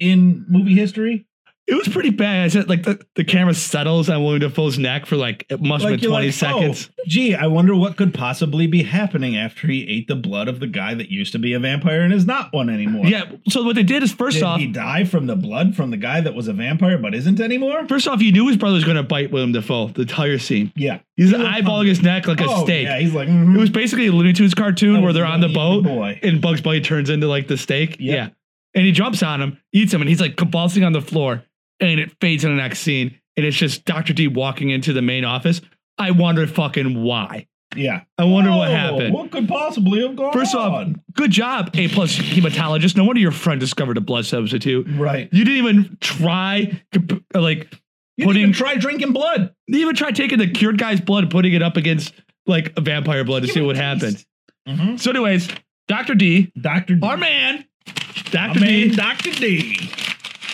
[SPEAKER 3] in movie history?
[SPEAKER 2] It was pretty bad. I said, like the, the camera settles on William Defoe's neck for like it must
[SPEAKER 3] Like,
[SPEAKER 2] have
[SPEAKER 3] you're
[SPEAKER 2] been twenty
[SPEAKER 3] like, oh,
[SPEAKER 2] seconds.
[SPEAKER 3] gee, I wonder what could possibly be happening after he ate the blood of the guy that used to be a vampire and is not one anymore.
[SPEAKER 2] Yeah. So what they did is first
[SPEAKER 3] Did
[SPEAKER 2] off,
[SPEAKER 3] he die from the blood from the guy that was a vampire but isn't anymore?
[SPEAKER 2] first off, you knew his brother was going to bite William Defoe. The entire scene.
[SPEAKER 3] Yeah.
[SPEAKER 2] He's
[SPEAKER 3] He was
[SPEAKER 2] eyeballing his neck like a
[SPEAKER 3] Oh,
[SPEAKER 2] steak.
[SPEAKER 3] Yeah, he's like,
[SPEAKER 2] It was basically a Looney Tunes cartoon
[SPEAKER 3] That
[SPEAKER 2] where
[SPEAKER 3] was
[SPEAKER 2] they're on the
[SPEAKER 3] Yogi
[SPEAKER 2] boat
[SPEAKER 3] Boy.
[SPEAKER 2] and Bugs Bunny turns into like the steak. Yeah. And he jumps on him, eats him, and he's like convulsing on the floor. And it fades to the next scene. And it's just Dr. D walking into the main office. I wonder fucking why.
[SPEAKER 3] yeah.
[SPEAKER 2] I wonder what
[SPEAKER 3] Oh,
[SPEAKER 2] happened.
[SPEAKER 3] What could possibly have gone
[SPEAKER 2] First off,
[SPEAKER 3] on?
[SPEAKER 2] good job, A plus hematologist. No wonder your friend discovered a blood substitute.
[SPEAKER 3] right.
[SPEAKER 2] You didn't even try, comp- like,
[SPEAKER 3] You didn't
[SPEAKER 2] putting,
[SPEAKER 3] even try drinking blood.
[SPEAKER 2] you didn't even try taking the cured guy's blood and putting it up against like a vampire blood to see what happens.
[SPEAKER 3] Mhm.
[SPEAKER 2] So, anyways, Dr. D
[SPEAKER 3] Dr. D.
[SPEAKER 2] our man,
[SPEAKER 3] I
[SPEAKER 2] Dr.
[SPEAKER 3] mean,
[SPEAKER 2] D.
[SPEAKER 3] Dr. D.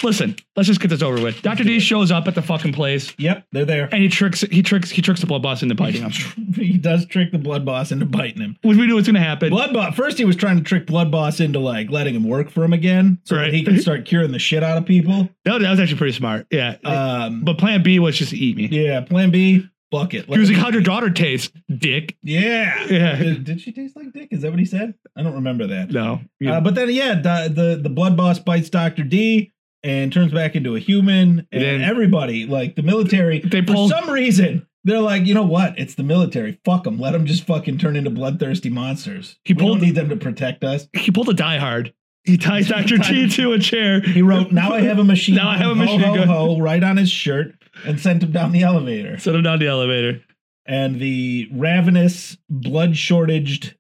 [SPEAKER 2] Listen, let's just get this over with. Dr. D shows up at the fucking place
[SPEAKER 3] Yep, they're there.
[SPEAKER 2] and he tricks he tricks he tricks the blood boss into biting him.
[SPEAKER 3] He does trick the blood boss into biting him.
[SPEAKER 2] Which we knew was gonna happen.
[SPEAKER 3] Blood Boss. First, he was trying to trick Blood Boss into like letting him work for him again, so
[SPEAKER 2] Right.
[SPEAKER 3] that he can start curing the shit out of people.
[SPEAKER 2] No, that was actually pretty smart. Yeah.
[SPEAKER 3] Um,
[SPEAKER 2] but plan B was just eat me.
[SPEAKER 3] yeah. Plan B, fuck it.
[SPEAKER 2] He was like, How'd your daughter taste, dick?
[SPEAKER 3] yeah.
[SPEAKER 2] Yeah.
[SPEAKER 3] Did, did she taste like dick? Is that what he said? I don't remember that.
[SPEAKER 2] No.
[SPEAKER 3] Uh, but then, yeah, the, the the Blood Boss bites Doctor D and turns back into a human, and
[SPEAKER 2] Then-
[SPEAKER 3] everybody, like the military,
[SPEAKER 2] They
[SPEAKER 3] for
[SPEAKER 2] pulled-
[SPEAKER 3] some reason. They're like, you know what? It's the military. Fuck them. Let them just fucking turn into bloodthirsty monsters.
[SPEAKER 2] He
[SPEAKER 3] We don't
[SPEAKER 2] pulled-
[SPEAKER 3] need them to protect us.
[SPEAKER 2] he pulled a die hard. He ties Dr. T to a chair.
[SPEAKER 3] He wrote, "Now I have a machine."
[SPEAKER 2] Now I have a
[SPEAKER 3] gun,
[SPEAKER 2] machine
[SPEAKER 3] Ho,
[SPEAKER 2] gun."
[SPEAKER 3] ho, ho, right on his shirt, and sent him down the elevator.
[SPEAKER 2] Set him down the elevator.
[SPEAKER 3] And the ravenous, blood shortaged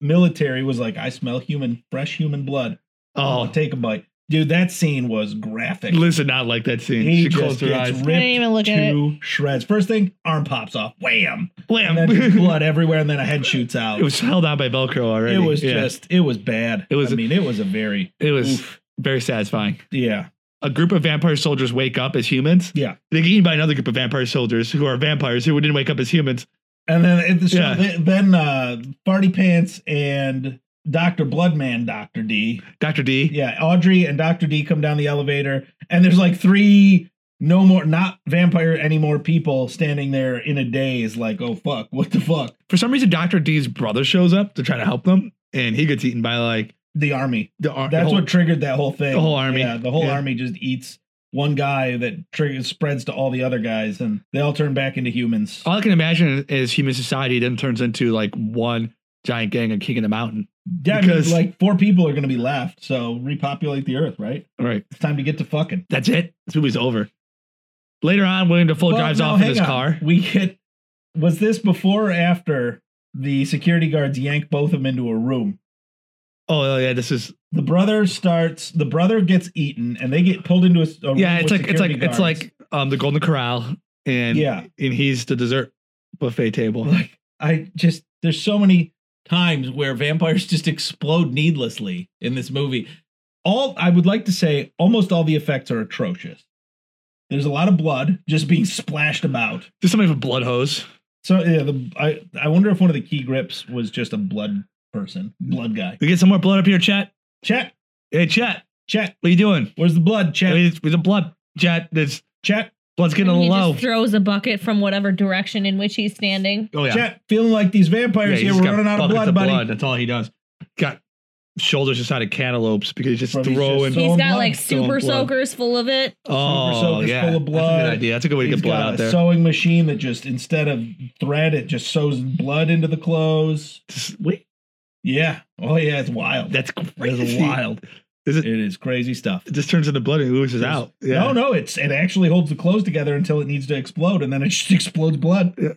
[SPEAKER 3] military was like, "I smell human, fresh human blood.
[SPEAKER 2] Oh.
[SPEAKER 3] I'll take a bite, dude." That scene was graphic.
[SPEAKER 2] Listen, not like that scene.
[SPEAKER 3] He
[SPEAKER 2] she
[SPEAKER 3] just
[SPEAKER 2] closed her
[SPEAKER 3] gets
[SPEAKER 2] eyes.
[SPEAKER 3] ripped
[SPEAKER 4] even look
[SPEAKER 3] to
[SPEAKER 4] at
[SPEAKER 3] shreds. First thing, arm pops off, wham, and
[SPEAKER 2] Blam.
[SPEAKER 3] then just blood everywhere, and then a head shoots out.
[SPEAKER 2] it was held out by Velcro already.
[SPEAKER 3] It was
[SPEAKER 2] Yeah.
[SPEAKER 3] just, it was bad.
[SPEAKER 2] It was-
[SPEAKER 3] I mean, it was a very,
[SPEAKER 2] it was
[SPEAKER 3] oof.
[SPEAKER 2] very satisfying.
[SPEAKER 3] yeah,
[SPEAKER 2] a group of vampire soldiers wake up as humans.
[SPEAKER 3] yeah.
[SPEAKER 2] They get eaten by another group of vampire soldiers who are vampires who didn't wake up as humans.
[SPEAKER 3] And then it, so
[SPEAKER 2] Yeah.
[SPEAKER 3] th- then uh Barty Pants and Dr. Bloodman, Dr. D.
[SPEAKER 2] Dr. D.
[SPEAKER 3] Yeah, Audrey and Dr. D come down the elevator and there's like three no more not vampire anymore people standing there in a daze like, "Oh fuck, what the fuck?"
[SPEAKER 2] For some reason, Dr. D's brother shows up to try to help them, and he gets eaten by like
[SPEAKER 3] The army.
[SPEAKER 2] the ar-
[SPEAKER 3] That's
[SPEAKER 2] the whole-
[SPEAKER 3] what triggered that whole thing.
[SPEAKER 2] the whole army.
[SPEAKER 3] Yeah, the whole
[SPEAKER 2] Yeah.
[SPEAKER 3] army just eats one guy that triggers spreads to all the other guys and they all turn back into humans.
[SPEAKER 2] All I can imagine is human society then turns into like one giant gang of King of the Mountain.
[SPEAKER 3] yeah, I mean,
[SPEAKER 2] because-
[SPEAKER 3] like four people are going to be left, so repopulate the earth, right?
[SPEAKER 2] All right.
[SPEAKER 3] It's time to get to fucking.
[SPEAKER 2] That's it. This movie's over. Later on, William Defoe
[SPEAKER 3] Well,
[SPEAKER 2] drives
[SPEAKER 3] no,
[SPEAKER 2] off in
[SPEAKER 3] hang
[SPEAKER 2] his
[SPEAKER 3] on.
[SPEAKER 2] car.
[SPEAKER 3] We get was this before or after the security guards yank both of them into a room?
[SPEAKER 2] Oh, yeah, this is
[SPEAKER 3] The brother starts. The brother gets eaten, and they get pulled into a, a room.
[SPEAKER 2] yeah. It's
[SPEAKER 3] with
[SPEAKER 2] like it's like
[SPEAKER 3] security
[SPEAKER 2] it's
[SPEAKER 3] guards.
[SPEAKER 2] like um the Golden Corral, and
[SPEAKER 3] Yeah.
[SPEAKER 2] and he's the dessert buffet table.
[SPEAKER 3] like I just there's so many times where vampires just explode needlessly in this movie. All I would like to say, almost all the effects are atrocious. There's a lot of blood just being splashed about.
[SPEAKER 2] There's somebody with a blood hose.
[SPEAKER 3] So yeah, the, I I wonder if one of the key grips was just a blood person, blood guy.
[SPEAKER 2] We get some more blood up here, chat.
[SPEAKER 3] Chet,
[SPEAKER 2] Hey, chat.
[SPEAKER 3] Chet,
[SPEAKER 2] What are you doing?
[SPEAKER 3] where's the blood?
[SPEAKER 2] Hey,
[SPEAKER 3] Chet,
[SPEAKER 2] it's- With the blood, chat. There's
[SPEAKER 3] Chet,
[SPEAKER 2] blood's getting a
[SPEAKER 4] he
[SPEAKER 2] little low.
[SPEAKER 4] just throws a bucket from whatever direction in which he's standing.
[SPEAKER 2] oh
[SPEAKER 3] Chet. Feeling like these
[SPEAKER 2] Yeah,
[SPEAKER 3] vampires here.
[SPEAKER 2] he's got
[SPEAKER 3] We're running out of
[SPEAKER 2] buckets
[SPEAKER 3] blood, buddy.
[SPEAKER 2] That's all he does. Got shoulders just out of cantaloupes because he's just
[SPEAKER 3] Bro, he's
[SPEAKER 2] throwing.
[SPEAKER 3] just
[SPEAKER 4] He's
[SPEAKER 3] Throwing
[SPEAKER 4] got
[SPEAKER 3] blood,
[SPEAKER 4] like
[SPEAKER 2] throwing
[SPEAKER 4] super
[SPEAKER 2] blood.
[SPEAKER 4] soakers full of it.
[SPEAKER 2] oh
[SPEAKER 3] soakers
[SPEAKER 2] yeah,
[SPEAKER 3] full of
[SPEAKER 2] That's a
[SPEAKER 3] blood.
[SPEAKER 2] good idea. That's a good way to
[SPEAKER 3] He's
[SPEAKER 2] get blood
[SPEAKER 3] got
[SPEAKER 2] out
[SPEAKER 3] a
[SPEAKER 2] there.
[SPEAKER 3] sewing machine that just instead of thread, it just sews blood into the clothes.
[SPEAKER 2] Just- wait,
[SPEAKER 3] Yeah. Oh yeah, it's wild.
[SPEAKER 2] that's
[SPEAKER 3] It's
[SPEAKER 2] crazy.
[SPEAKER 3] wild.
[SPEAKER 2] Is it,
[SPEAKER 3] It is crazy stuff.
[SPEAKER 2] it just turns into blood and it oozes
[SPEAKER 3] Just-
[SPEAKER 2] out. Yeah.
[SPEAKER 3] No, no, it's it actually holds the clothes together until it needs to explode, and then it just explodes blood.
[SPEAKER 2] Yeah.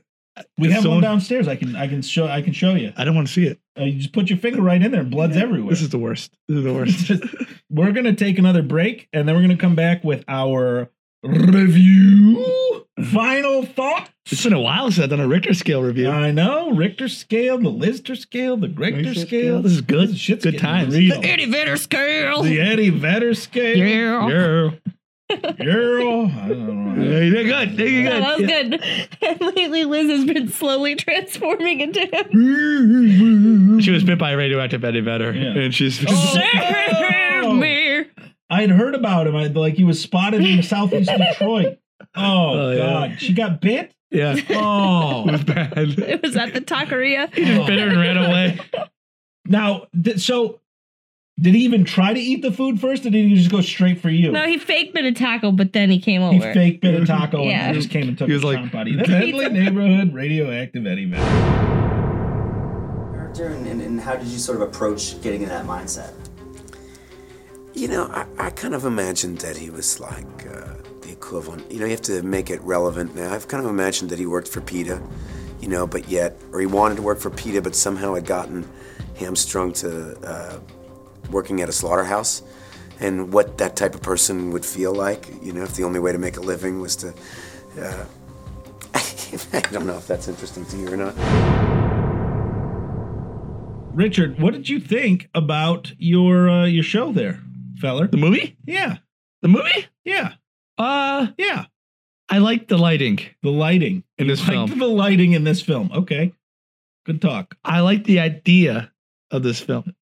[SPEAKER 3] We
[SPEAKER 2] It's
[SPEAKER 3] have
[SPEAKER 2] so-
[SPEAKER 3] one downstairs. I can I can show I can show you.
[SPEAKER 2] I don't want to see it.
[SPEAKER 3] Uh, you just put your finger right in there, and blood's everywhere.
[SPEAKER 2] This is the worst. This is the
[SPEAKER 3] It's
[SPEAKER 2] worst.
[SPEAKER 3] just- we're gonna take another break, and then we're gonna come back with our review. Final thought.
[SPEAKER 2] it's been a while since I've done a Richter scale review.
[SPEAKER 3] I know Richter scale, the Lister scale, the Gregter
[SPEAKER 2] Richter
[SPEAKER 3] scale.
[SPEAKER 2] This is good.
[SPEAKER 3] This shit's
[SPEAKER 2] good
[SPEAKER 3] getting
[SPEAKER 2] times.
[SPEAKER 3] real.
[SPEAKER 4] Vader scale.
[SPEAKER 3] The Eddie Vedder scale.
[SPEAKER 4] Yeah.
[SPEAKER 2] Yeah.
[SPEAKER 3] Girl. I don't know.
[SPEAKER 2] Yeah, you did good. You did
[SPEAKER 4] Yeah,
[SPEAKER 2] good.
[SPEAKER 4] that was good. And lately, Liz has been slowly transforming into him.
[SPEAKER 2] She was bit by a radioactive Eddie Vedder,
[SPEAKER 4] Oh,
[SPEAKER 3] Yeah.
[SPEAKER 2] and she's
[SPEAKER 3] Oh.
[SPEAKER 4] Serve me.
[SPEAKER 3] I I had heard about him. I like he was spotted in southeast Detroit. Oh,
[SPEAKER 2] Oh, yeah.
[SPEAKER 3] God, she got bit.
[SPEAKER 2] Yeah.
[SPEAKER 3] Oh,
[SPEAKER 2] It was bad. Oh.
[SPEAKER 4] It was at the taqueria.
[SPEAKER 2] He just bit her and ran away.
[SPEAKER 3] Now, th- so did he even try to eat the food first, or did he just go straight for you?
[SPEAKER 4] No, he faked bit a taco, but then he came over.
[SPEAKER 3] he fake bit a taco
[SPEAKER 4] Yeah.
[SPEAKER 3] and just came and took
[SPEAKER 2] He was
[SPEAKER 3] his
[SPEAKER 2] like,
[SPEAKER 3] like, buddy. The deadly neighborhood radioactive Eddie Man.
[SPEAKER 13] character and, and, and how did you sort of approach getting in that mindset?
[SPEAKER 9] You know, I, I kind of imagined that he was like uh, the equivalent. You know, you have to make it relevant now. I've kind of imagined that he worked for PETA, you know, but yet, or he wanted to work for PETA, but somehow had gotten hamstrung to uh, working at a slaughterhouse and what that type of person would feel like, you know, if the only way to make a living was to. Uh, I don't know if that's interesting to you or not.
[SPEAKER 3] Richard, what did you think about your uh, your show there, feller?
[SPEAKER 2] The movie?
[SPEAKER 3] Yeah,
[SPEAKER 2] The movie?
[SPEAKER 3] yeah,
[SPEAKER 2] Uh,
[SPEAKER 3] yeah.
[SPEAKER 2] I liked the lighting
[SPEAKER 3] The lighting.
[SPEAKER 2] in this
[SPEAKER 3] Like
[SPEAKER 2] film.
[SPEAKER 3] the lighting in this film. Okay, good talk.
[SPEAKER 2] I like the idea of this film.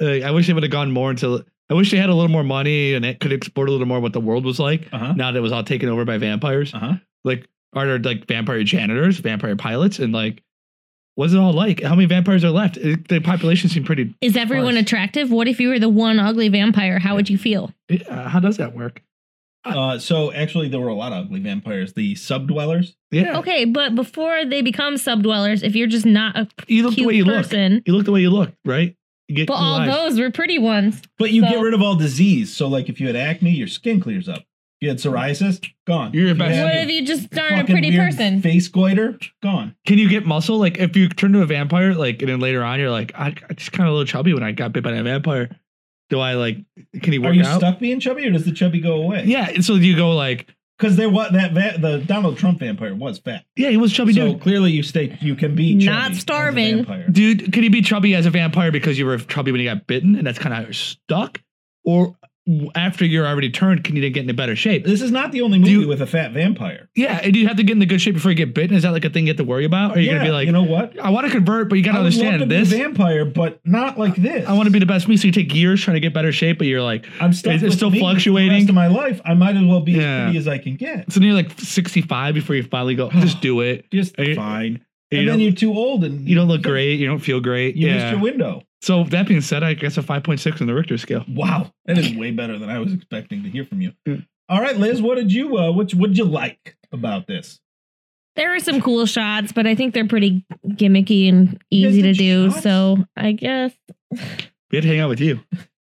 [SPEAKER 2] Uh, I wish they would have gone more into. I wish they had a little more money and it could explore a little more what the world was like.
[SPEAKER 3] Uh huh.
[SPEAKER 2] Now that it was all taken over by vampires,
[SPEAKER 3] Uh huh.
[SPEAKER 2] like are there like vampire janitors, vampire pilots, and like what's it all like? How many vampires are left? It- the population seemed pretty.
[SPEAKER 4] Is everyone
[SPEAKER 2] Ours.
[SPEAKER 4] attractive? What if you were the one ugly vampire? How would you feel?
[SPEAKER 2] Uh, how does that work?
[SPEAKER 3] Uh, so actually, there were a lot of ugly vampires. The subdwellers.
[SPEAKER 2] Yeah,
[SPEAKER 4] Okay, but before they become subdwellers, if you're just not a
[SPEAKER 2] you look the
[SPEAKER 4] cute
[SPEAKER 2] way you look.
[SPEAKER 4] person,
[SPEAKER 2] You look the way you look, right? You get
[SPEAKER 4] but
[SPEAKER 2] cool
[SPEAKER 4] all
[SPEAKER 2] eyes.
[SPEAKER 4] those were pretty ones.
[SPEAKER 3] But you get
[SPEAKER 4] So-
[SPEAKER 3] rid of all disease. So like, if you had acne, your skin clears up. If you had psoriasis, gone. If
[SPEAKER 2] You're your
[SPEAKER 3] you
[SPEAKER 2] best
[SPEAKER 3] had
[SPEAKER 4] What
[SPEAKER 2] you.
[SPEAKER 4] if you just aren't a
[SPEAKER 3] fucking
[SPEAKER 4] pretty
[SPEAKER 3] weird
[SPEAKER 4] person?
[SPEAKER 3] Face goiter, gone.
[SPEAKER 2] Can you get muscle? Like if you turn to a vampire, like and then later on you're like, I, I just kind of a little chubby when I got bit by a vampire. Do I like? Can he work
[SPEAKER 3] Are you
[SPEAKER 2] out?
[SPEAKER 3] stuck being chubby, or does the chubby go away?
[SPEAKER 2] Yeah, and so you go like,
[SPEAKER 3] because there was that va- the Donald Trump vampire was fat.
[SPEAKER 2] yeah, he was chubby
[SPEAKER 3] so
[SPEAKER 2] dude.
[SPEAKER 3] clearly, you stay you can be chubby
[SPEAKER 4] Not
[SPEAKER 3] as a
[SPEAKER 4] starving.
[SPEAKER 3] vampire.
[SPEAKER 2] Dude, could he be chubby as a vampire because you were chubby when you got bitten, and that's kind of how you're stuck? Or w- after you're already turned, can you then get into better shape?
[SPEAKER 3] This is not the only movie
[SPEAKER 2] you-
[SPEAKER 3] with a fat vampire.
[SPEAKER 2] Yeah, and you have to get into good shape before you get bitten. Is that like a thing you have to worry about? Or are you
[SPEAKER 3] Yeah,
[SPEAKER 2] gonna be like,
[SPEAKER 3] you know what?
[SPEAKER 2] I want to convert, but you gotta
[SPEAKER 3] I would love to
[SPEAKER 2] understand
[SPEAKER 3] be
[SPEAKER 2] this.
[SPEAKER 3] a vampire, but not like this.
[SPEAKER 2] I want to be the best me. So you take years trying to get better shape, but you're like,
[SPEAKER 3] I'm stuck.
[SPEAKER 2] It's- it's
[SPEAKER 3] with
[SPEAKER 2] still
[SPEAKER 3] me for
[SPEAKER 2] fluctuating.
[SPEAKER 3] The rest of my life, I might as well be
[SPEAKER 2] Yeah.
[SPEAKER 3] as pretty as I can get.
[SPEAKER 2] so then you're like 65 before you finally go, just do it.
[SPEAKER 3] Just
[SPEAKER 2] And you-
[SPEAKER 3] fine.
[SPEAKER 2] and
[SPEAKER 3] And, then
[SPEAKER 2] you don't-
[SPEAKER 3] you're too old, and
[SPEAKER 2] You don't look great. You don't feel great.
[SPEAKER 3] You missed your
[SPEAKER 2] yeah.
[SPEAKER 3] window.
[SPEAKER 2] So that being said, I guess a 5.6 on the Richter scale.
[SPEAKER 3] Wow, that is way better than I was expecting to hear from you.
[SPEAKER 2] Yeah.
[SPEAKER 3] All right, Liz, what did you uh, what what did you like about this?
[SPEAKER 4] There are some cool shots, but I think they're pretty gimmicky and
[SPEAKER 3] You guys
[SPEAKER 4] easy to
[SPEAKER 3] did
[SPEAKER 4] do.
[SPEAKER 3] shots?
[SPEAKER 4] So I guess
[SPEAKER 2] We had to hang out with you.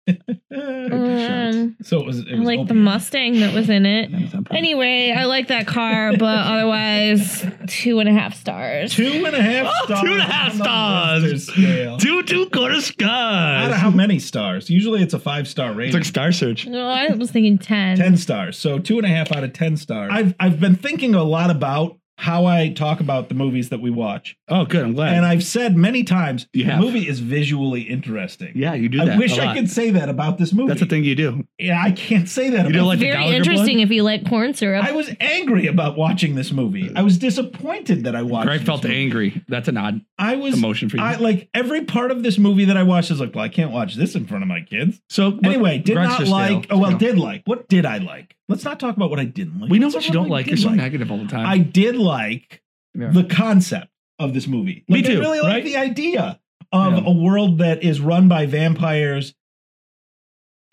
[SPEAKER 3] Eh,
[SPEAKER 4] um,
[SPEAKER 3] So it was, it
[SPEAKER 4] I
[SPEAKER 3] was
[SPEAKER 4] like the
[SPEAKER 3] opioid.
[SPEAKER 4] Mustang that was in it.
[SPEAKER 2] That was on purpose.
[SPEAKER 4] Anyway, I like that car, but otherwise, two and a half stars.
[SPEAKER 3] Two and a half
[SPEAKER 2] Oh,
[SPEAKER 3] stars.
[SPEAKER 2] two and a half
[SPEAKER 3] on the
[SPEAKER 2] stars.
[SPEAKER 3] Richter Scale.
[SPEAKER 2] Two two quarter
[SPEAKER 3] Out of
[SPEAKER 2] scars.
[SPEAKER 3] how many stars? Usually it's a five star rating.
[SPEAKER 2] It's like Star Search.
[SPEAKER 4] No, I was thinking ten.
[SPEAKER 3] 10 stars. So two and a half out of 10 stars. I've, I've been thinking a lot about how I talk about the movies that we watch.
[SPEAKER 2] Oh, good. I'm glad.
[SPEAKER 3] And I've said many times
[SPEAKER 2] You
[SPEAKER 3] the
[SPEAKER 2] have.
[SPEAKER 3] movie is visually interesting.
[SPEAKER 2] yeah, you do that.
[SPEAKER 3] I wish
[SPEAKER 2] a
[SPEAKER 3] I
[SPEAKER 2] lot.
[SPEAKER 3] could say that about this movie.
[SPEAKER 2] That's the thing you do.
[SPEAKER 3] Yeah, I can't say that
[SPEAKER 2] You
[SPEAKER 3] about
[SPEAKER 2] don't like the
[SPEAKER 4] Very
[SPEAKER 2] Gallagher
[SPEAKER 4] interesting
[SPEAKER 2] blood?
[SPEAKER 4] if you like corn syrup.
[SPEAKER 3] I was angry about watching this movie. I was disappointed that I watched
[SPEAKER 2] Greg
[SPEAKER 3] this
[SPEAKER 2] felt
[SPEAKER 3] movie.
[SPEAKER 2] angry. That's an odd
[SPEAKER 3] I was
[SPEAKER 2] emotion for you.
[SPEAKER 3] I like every part of this movie that I watched is like, well, I can't watch this in front of my kids.
[SPEAKER 2] so but
[SPEAKER 3] Anyway, did
[SPEAKER 2] Greg's
[SPEAKER 3] not
[SPEAKER 2] just
[SPEAKER 3] like.
[SPEAKER 2] stale.
[SPEAKER 3] Oh well,
[SPEAKER 2] No.
[SPEAKER 3] did like. What did I like? Let's not talk about what I didn't like.
[SPEAKER 2] we know
[SPEAKER 3] Let's
[SPEAKER 2] what
[SPEAKER 3] talk
[SPEAKER 2] you
[SPEAKER 3] about
[SPEAKER 2] don't
[SPEAKER 3] I
[SPEAKER 2] like.
[SPEAKER 3] did
[SPEAKER 2] You're so
[SPEAKER 3] like.
[SPEAKER 2] negative all the time.
[SPEAKER 3] I did like
[SPEAKER 2] Yeah.
[SPEAKER 3] the concept of this movie.
[SPEAKER 2] Me
[SPEAKER 3] Like,
[SPEAKER 2] too,
[SPEAKER 3] I really like
[SPEAKER 2] right?
[SPEAKER 3] the idea of
[SPEAKER 2] Yeah.
[SPEAKER 3] a world that is run by vampires,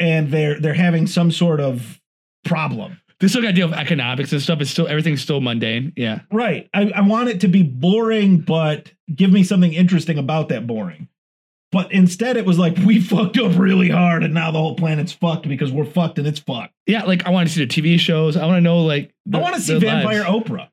[SPEAKER 3] and they're they're having some sort of problem.
[SPEAKER 2] this whole idea of economics and stuff is still everything's still mundane. Yeah,
[SPEAKER 3] Right. I, I want it to be boring, but give me something interesting about that boring. But instead, it was like we fucked up really hard, and now the whole planet's fucked because we're fucked and it's fucked.
[SPEAKER 2] yeah. Like I want to see the TV shows. I want to know like the,
[SPEAKER 3] I want to see
[SPEAKER 2] their
[SPEAKER 3] Vampire
[SPEAKER 2] lives.
[SPEAKER 3] Oprah.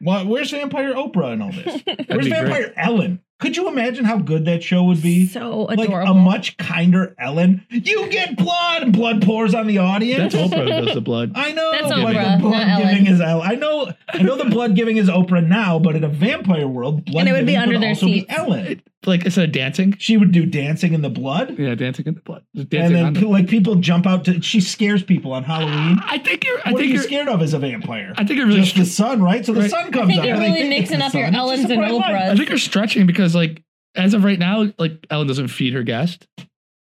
[SPEAKER 3] Why, where's Vampire Oprah in all this?
[SPEAKER 2] That'd
[SPEAKER 3] Where's
[SPEAKER 2] be great.
[SPEAKER 3] Vampire Ellen? Could you imagine how good that show would be?
[SPEAKER 4] so
[SPEAKER 3] like um,
[SPEAKER 4] adorable.
[SPEAKER 3] a much kinder Ellen. You get blood, and blood pours on the audience.
[SPEAKER 2] That's Oprah who does the blood.
[SPEAKER 3] I know.
[SPEAKER 4] That's
[SPEAKER 3] but
[SPEAKER 4] Oprah,
[SPEAKER 3] the blood
[SPEAKER 4] not Ellen.
[SPEAKER 3] giving is Ellen. I know. I know the blood giving is Oprah now, but in a vampire world, blood
[SPEAKER 4] And it would be
[SPEAKER 3] giving
[SPEAKER 4] under their
[SPEAKER 3] also
[SPEAKER 4] seats.
[SPEAKER 3] Be Ellen.
[SPEAKER 2] Like instead of dancing,
[SPEAKER 3] She would do dancing in the blood,
[SPEAKER 2] yeah, dancing in the blood. Just
[SPEAKER 3] and
[SPEAKER 2] dancing
[SPEAKER 3] then
[SPEAKER 2] on the-
[SPEAKER 3] pe- like people jump out to. She scares people on Halloween.
[SPEAKER 2] I think you're. I
[SPEAKER 3] what are
[SPEAKER 2] think
[SPEAKER 3] you
[SPEAKER 2] you're.
[SPEAKER 3] scared of as a vampire?
[SPEAKER 2] I think you're really.
[SPEAKER 3] Just the sun, right? So the
[SPEAKER 2] Right.
[SPEAKER 3] sun
[SPEAKER 4] I
[SPEAKER 3] comes
[SPEAKER 4] think
[SPEAKER 3] up.
[SPEAKER 4] you're
[SPEAKER 3] and they
[SPEAKER 4] really
[SPEAKER 3] it's
[SPEAKER 4] mixing
[SPEAKER 3] the
[SPEAKER 4] up your
[SPEAKER 3] sun. It's just
[SPEAKER 4] Ellens
[SPEAKER 3] a
[SPEAKER 4] and
[SPEAKER 3] bright light.
[SPEAKER 2] I
[SPEAKER 4] Oprahs.
[SPEAKER 2] think you're stretching because like as of right now, like Ellen doesn't feed her guest.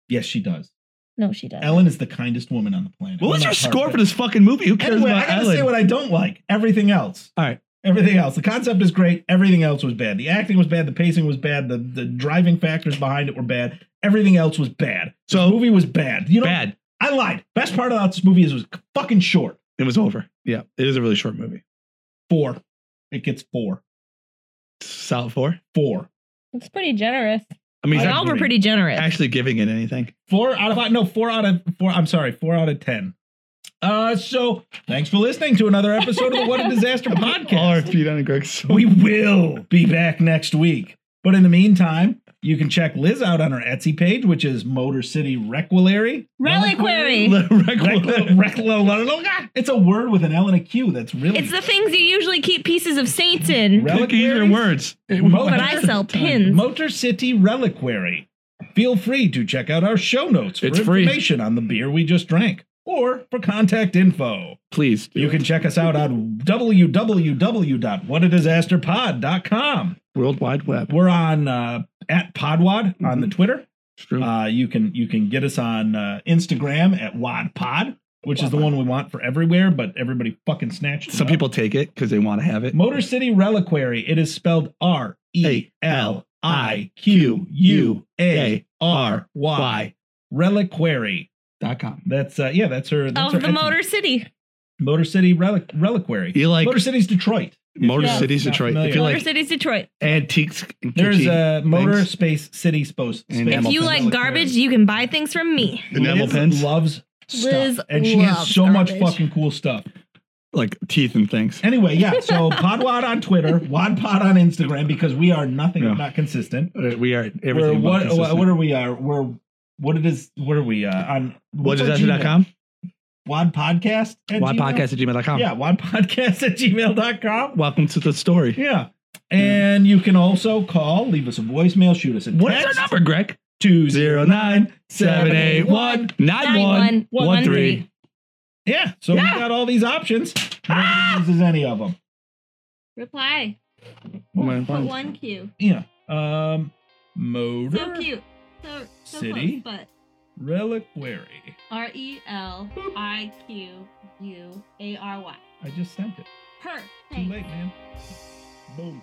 [SPEAKER 3] Yes, she does.
[SPEAKER 4] No, she does.
[SPEAKER 3] Ellen is the kindest woman on the planet.
[SPEAKER 2] What was
[SPEAKER 3] Well,
[SPEAKER 2] your
[SPEAKER 3] not her,
[SPEAKER 2] score for
[SPEAKER 3] but-
[SPEAKER 2] this fucking movie? Who cares
[SPEAKER 3] Anyway, I
[SPEAKER 2] about
[SPEAKER 3] gotta
[SPEAKER 2] Ellen?
[SPEAKER 3] say what I don't like. Everything else.
[SPEAKER 2] All right.
[SPEAKER 3] Everything else. The concept is great. Everything else was bad. The acting was bad. The pacing was bad. The the driving factors behind it were bad. Everything else was bad. So the movie was bad. You know,
[SPEAKER 2] bad.
[SPEAKER 3] I lied. Best part about this movie is it was fucking short.
[SPEAKER 2] It was over. Yeah, it is a really short movie.
[SPEAKER 3] Four. It gets four.
[SPEAKER 2] Solid four.
[SPEAKER 3] Four.
[SPEAKER 4] It's pretty generous.
[SPEAKER 2] I mean,
[SPEAKER 4] They
[SPEAKER 2] it's
[SPEAKER 4] all
[SPEAKER 2] not
[SPEAKER 4] were pretty generous.
[SPEAKER 2] Actually, giving it anything.
[SPEAKER 3] Four out of five. No, four out of four. I'm sorry, four out of ten. Uh, so thanks for listening to another episode of the What a Disaster podcast.
[SPEAKER 2] RFP on Greg's.
[SPEAKER 3] We will be back next week. But in the meantime, you can check Liz out on her Etsy page, which is Motor City Requilary.
[SPEAKER 4] Reliquary.
[SPEAKER 3] Requilary. It's a word with an L and a Q. That's really
[SPEAKER 4] It's the things you usually keep pieces of saints in.
[SPEAKER 3] Relic-
[SPEAKER 2] Pick either words.
[SPEAKER 3] Motor-
[SPEAKER 4] But I sell pins.
[SPEAKER 3] Motor City Reliquary. Feel free to check out our show notes for
[SPEAKER 2] It's free.
[SPEAKER 3] information on the beer we just drank or for contact info.
[SPEAKER 2] Please.
[SPEAKER 3] You can check us out on www.whatadisasterpod.com.
[SPEAKER 2] World Wide Web.
[SPEAKER 3] We're on uh, at Podwad on
[SPEAKER 2] Mm-hmm.
[SPEAKER 3] the Twitter.
[SPEAKER 2] true.
[SPEAKER 3] Uh, you can you can get us on uh, Instagram at WadPod, which is the one we want for everywhere, but everybody fucking snatched. it
[SPEAKER 2] Some
[SPEAKER 3] up.
[SPEAKER 2] people take it because they want to have it.
[SPEAKER 3] Motor City Reliquary. It is spelled R E L I Q U A R Y. Reliquary.com. That's uh yeah, that's her that's
[SPEAKER 4] of
[SPEAKER 3] her
[SPEAKER 4] the
[SPEAKER 3] Etsy.
[SPEAKER 4] Motor City.
[SPEAKER 3] Motor City Relic Reliquary.
[SPEAKER 2] You like-
[SPEAKER 3] Motor City's Detroit.
[SPEAKER 2] Motor
[SPEAKER 3] Yeah.
[SPEAKER 2] Cities
[SPEAKER 3] Not
[SPEAKER 2] Detroit.
[SPEAKER 3] familiar.
[SPEAKER 2] If you
[SPEAKER 4] Motor
[SPEAKER 2] like
[SPEAKER 4] Cities Detroit.
[SPEAKER 2] antiques, and
[SPEAKER 3] There's a
[SPEAKER 2] kitschy
[SPEAKER 3] motor
[SPEAKER 2] things,
[SPEAKER 3] space city supposed
[SPEAKER 2] And
[SPEAKER 3] space.
[SPEAKER 4] If
[SPEAKER 2] Enamel
[SPEAKER 4] you
[SPEAKER 2] pins.
[SPEAKER 4] like garbage, you can buy things from me.
[SPEAKER 2] enamel
[SPEAKER 3] Liz
[SPEAKER 2] pins,
[SPEAKER 3] loves stuff.
[SPEAKER 4] Liz
[SPEAKER 3] and she has
[SPEAKER 4] loves
[SPEAKER 3] so much
[SPEAKER 4] garbage.
[SPEAKER 3] fucking cool stuff.
[SPEAKER 2] like teeth and things.
[SPEAKER 3] Anyway, yeah. So Podwad on Twitter, Wadpod on Instagram, because we are nothing if
[SPEAKER 2] Yeah.
[SPEAKER 3] not consistent.
[SPEAKER 2] Uh, We are
[SPEAKER 3] We're
[SPEAKER 2] everything.
[SPEAKER 3] what,
[SPEAKER 2] about
[SPEAKER 3] what? What are we? Are we're what it is? What are we uh, on?
[SPEAKER 2] what
[SPEAKER 3] what's
[SPEAKER 2] is
[SPEAKER 3] our
[SPEAKER 2] that?
[SPEAKER 3] Gmail?
[SPEAKER 2] dot com?
[SPEAKER 3] Wad podcast. at
[SPEAKER 2] Why
[SPEAKER 3] Gmail?
[SPEAKER 2] podcast at gmail.com.
[SPEAKER 3] Yeah, wad podcast at gmail.com.
[SPEAKER 2] Welcome to the story.
[SPEAKER 3] Yeah, and you can also call, leave us a voicemail, shoot us a
[SPEAKER 2] What is our
[SPEAKER 3] text
[SPEAKER 2] number, Greg?
[SPEAKER 3] two
[SPEAKER 2] Zero nine seven eight one nine one one three.
[SPEAKER 3] Yeah, so
[SPEAKER 4] Yeah.
[SPEAKER 3] we got all these options. Nobody
[SPEAKER 2] Ah!
[SPEAKER 3] uses any of them.
[SPEAKER 4] Reply.
[SPEAKER 2] One,
[SPEAKER 4] Put
[SPEAKER 2] one.
[SPEAKER 4] one Q.
[SPEAKER 3] Yeah. Um, motor
[SPEAKER 4] So cute. So, so
[SPEAKER 3] City.
[SPEAKER 4] close, but
[SPEAKER 3] reliquary.
[SPEAKER 4] R E L I Q U A R Y.
[SPEAKER 3] I just sent it.
[SPEAKER 4] Per.
[SPEAKER 3] Too late, man. Boom.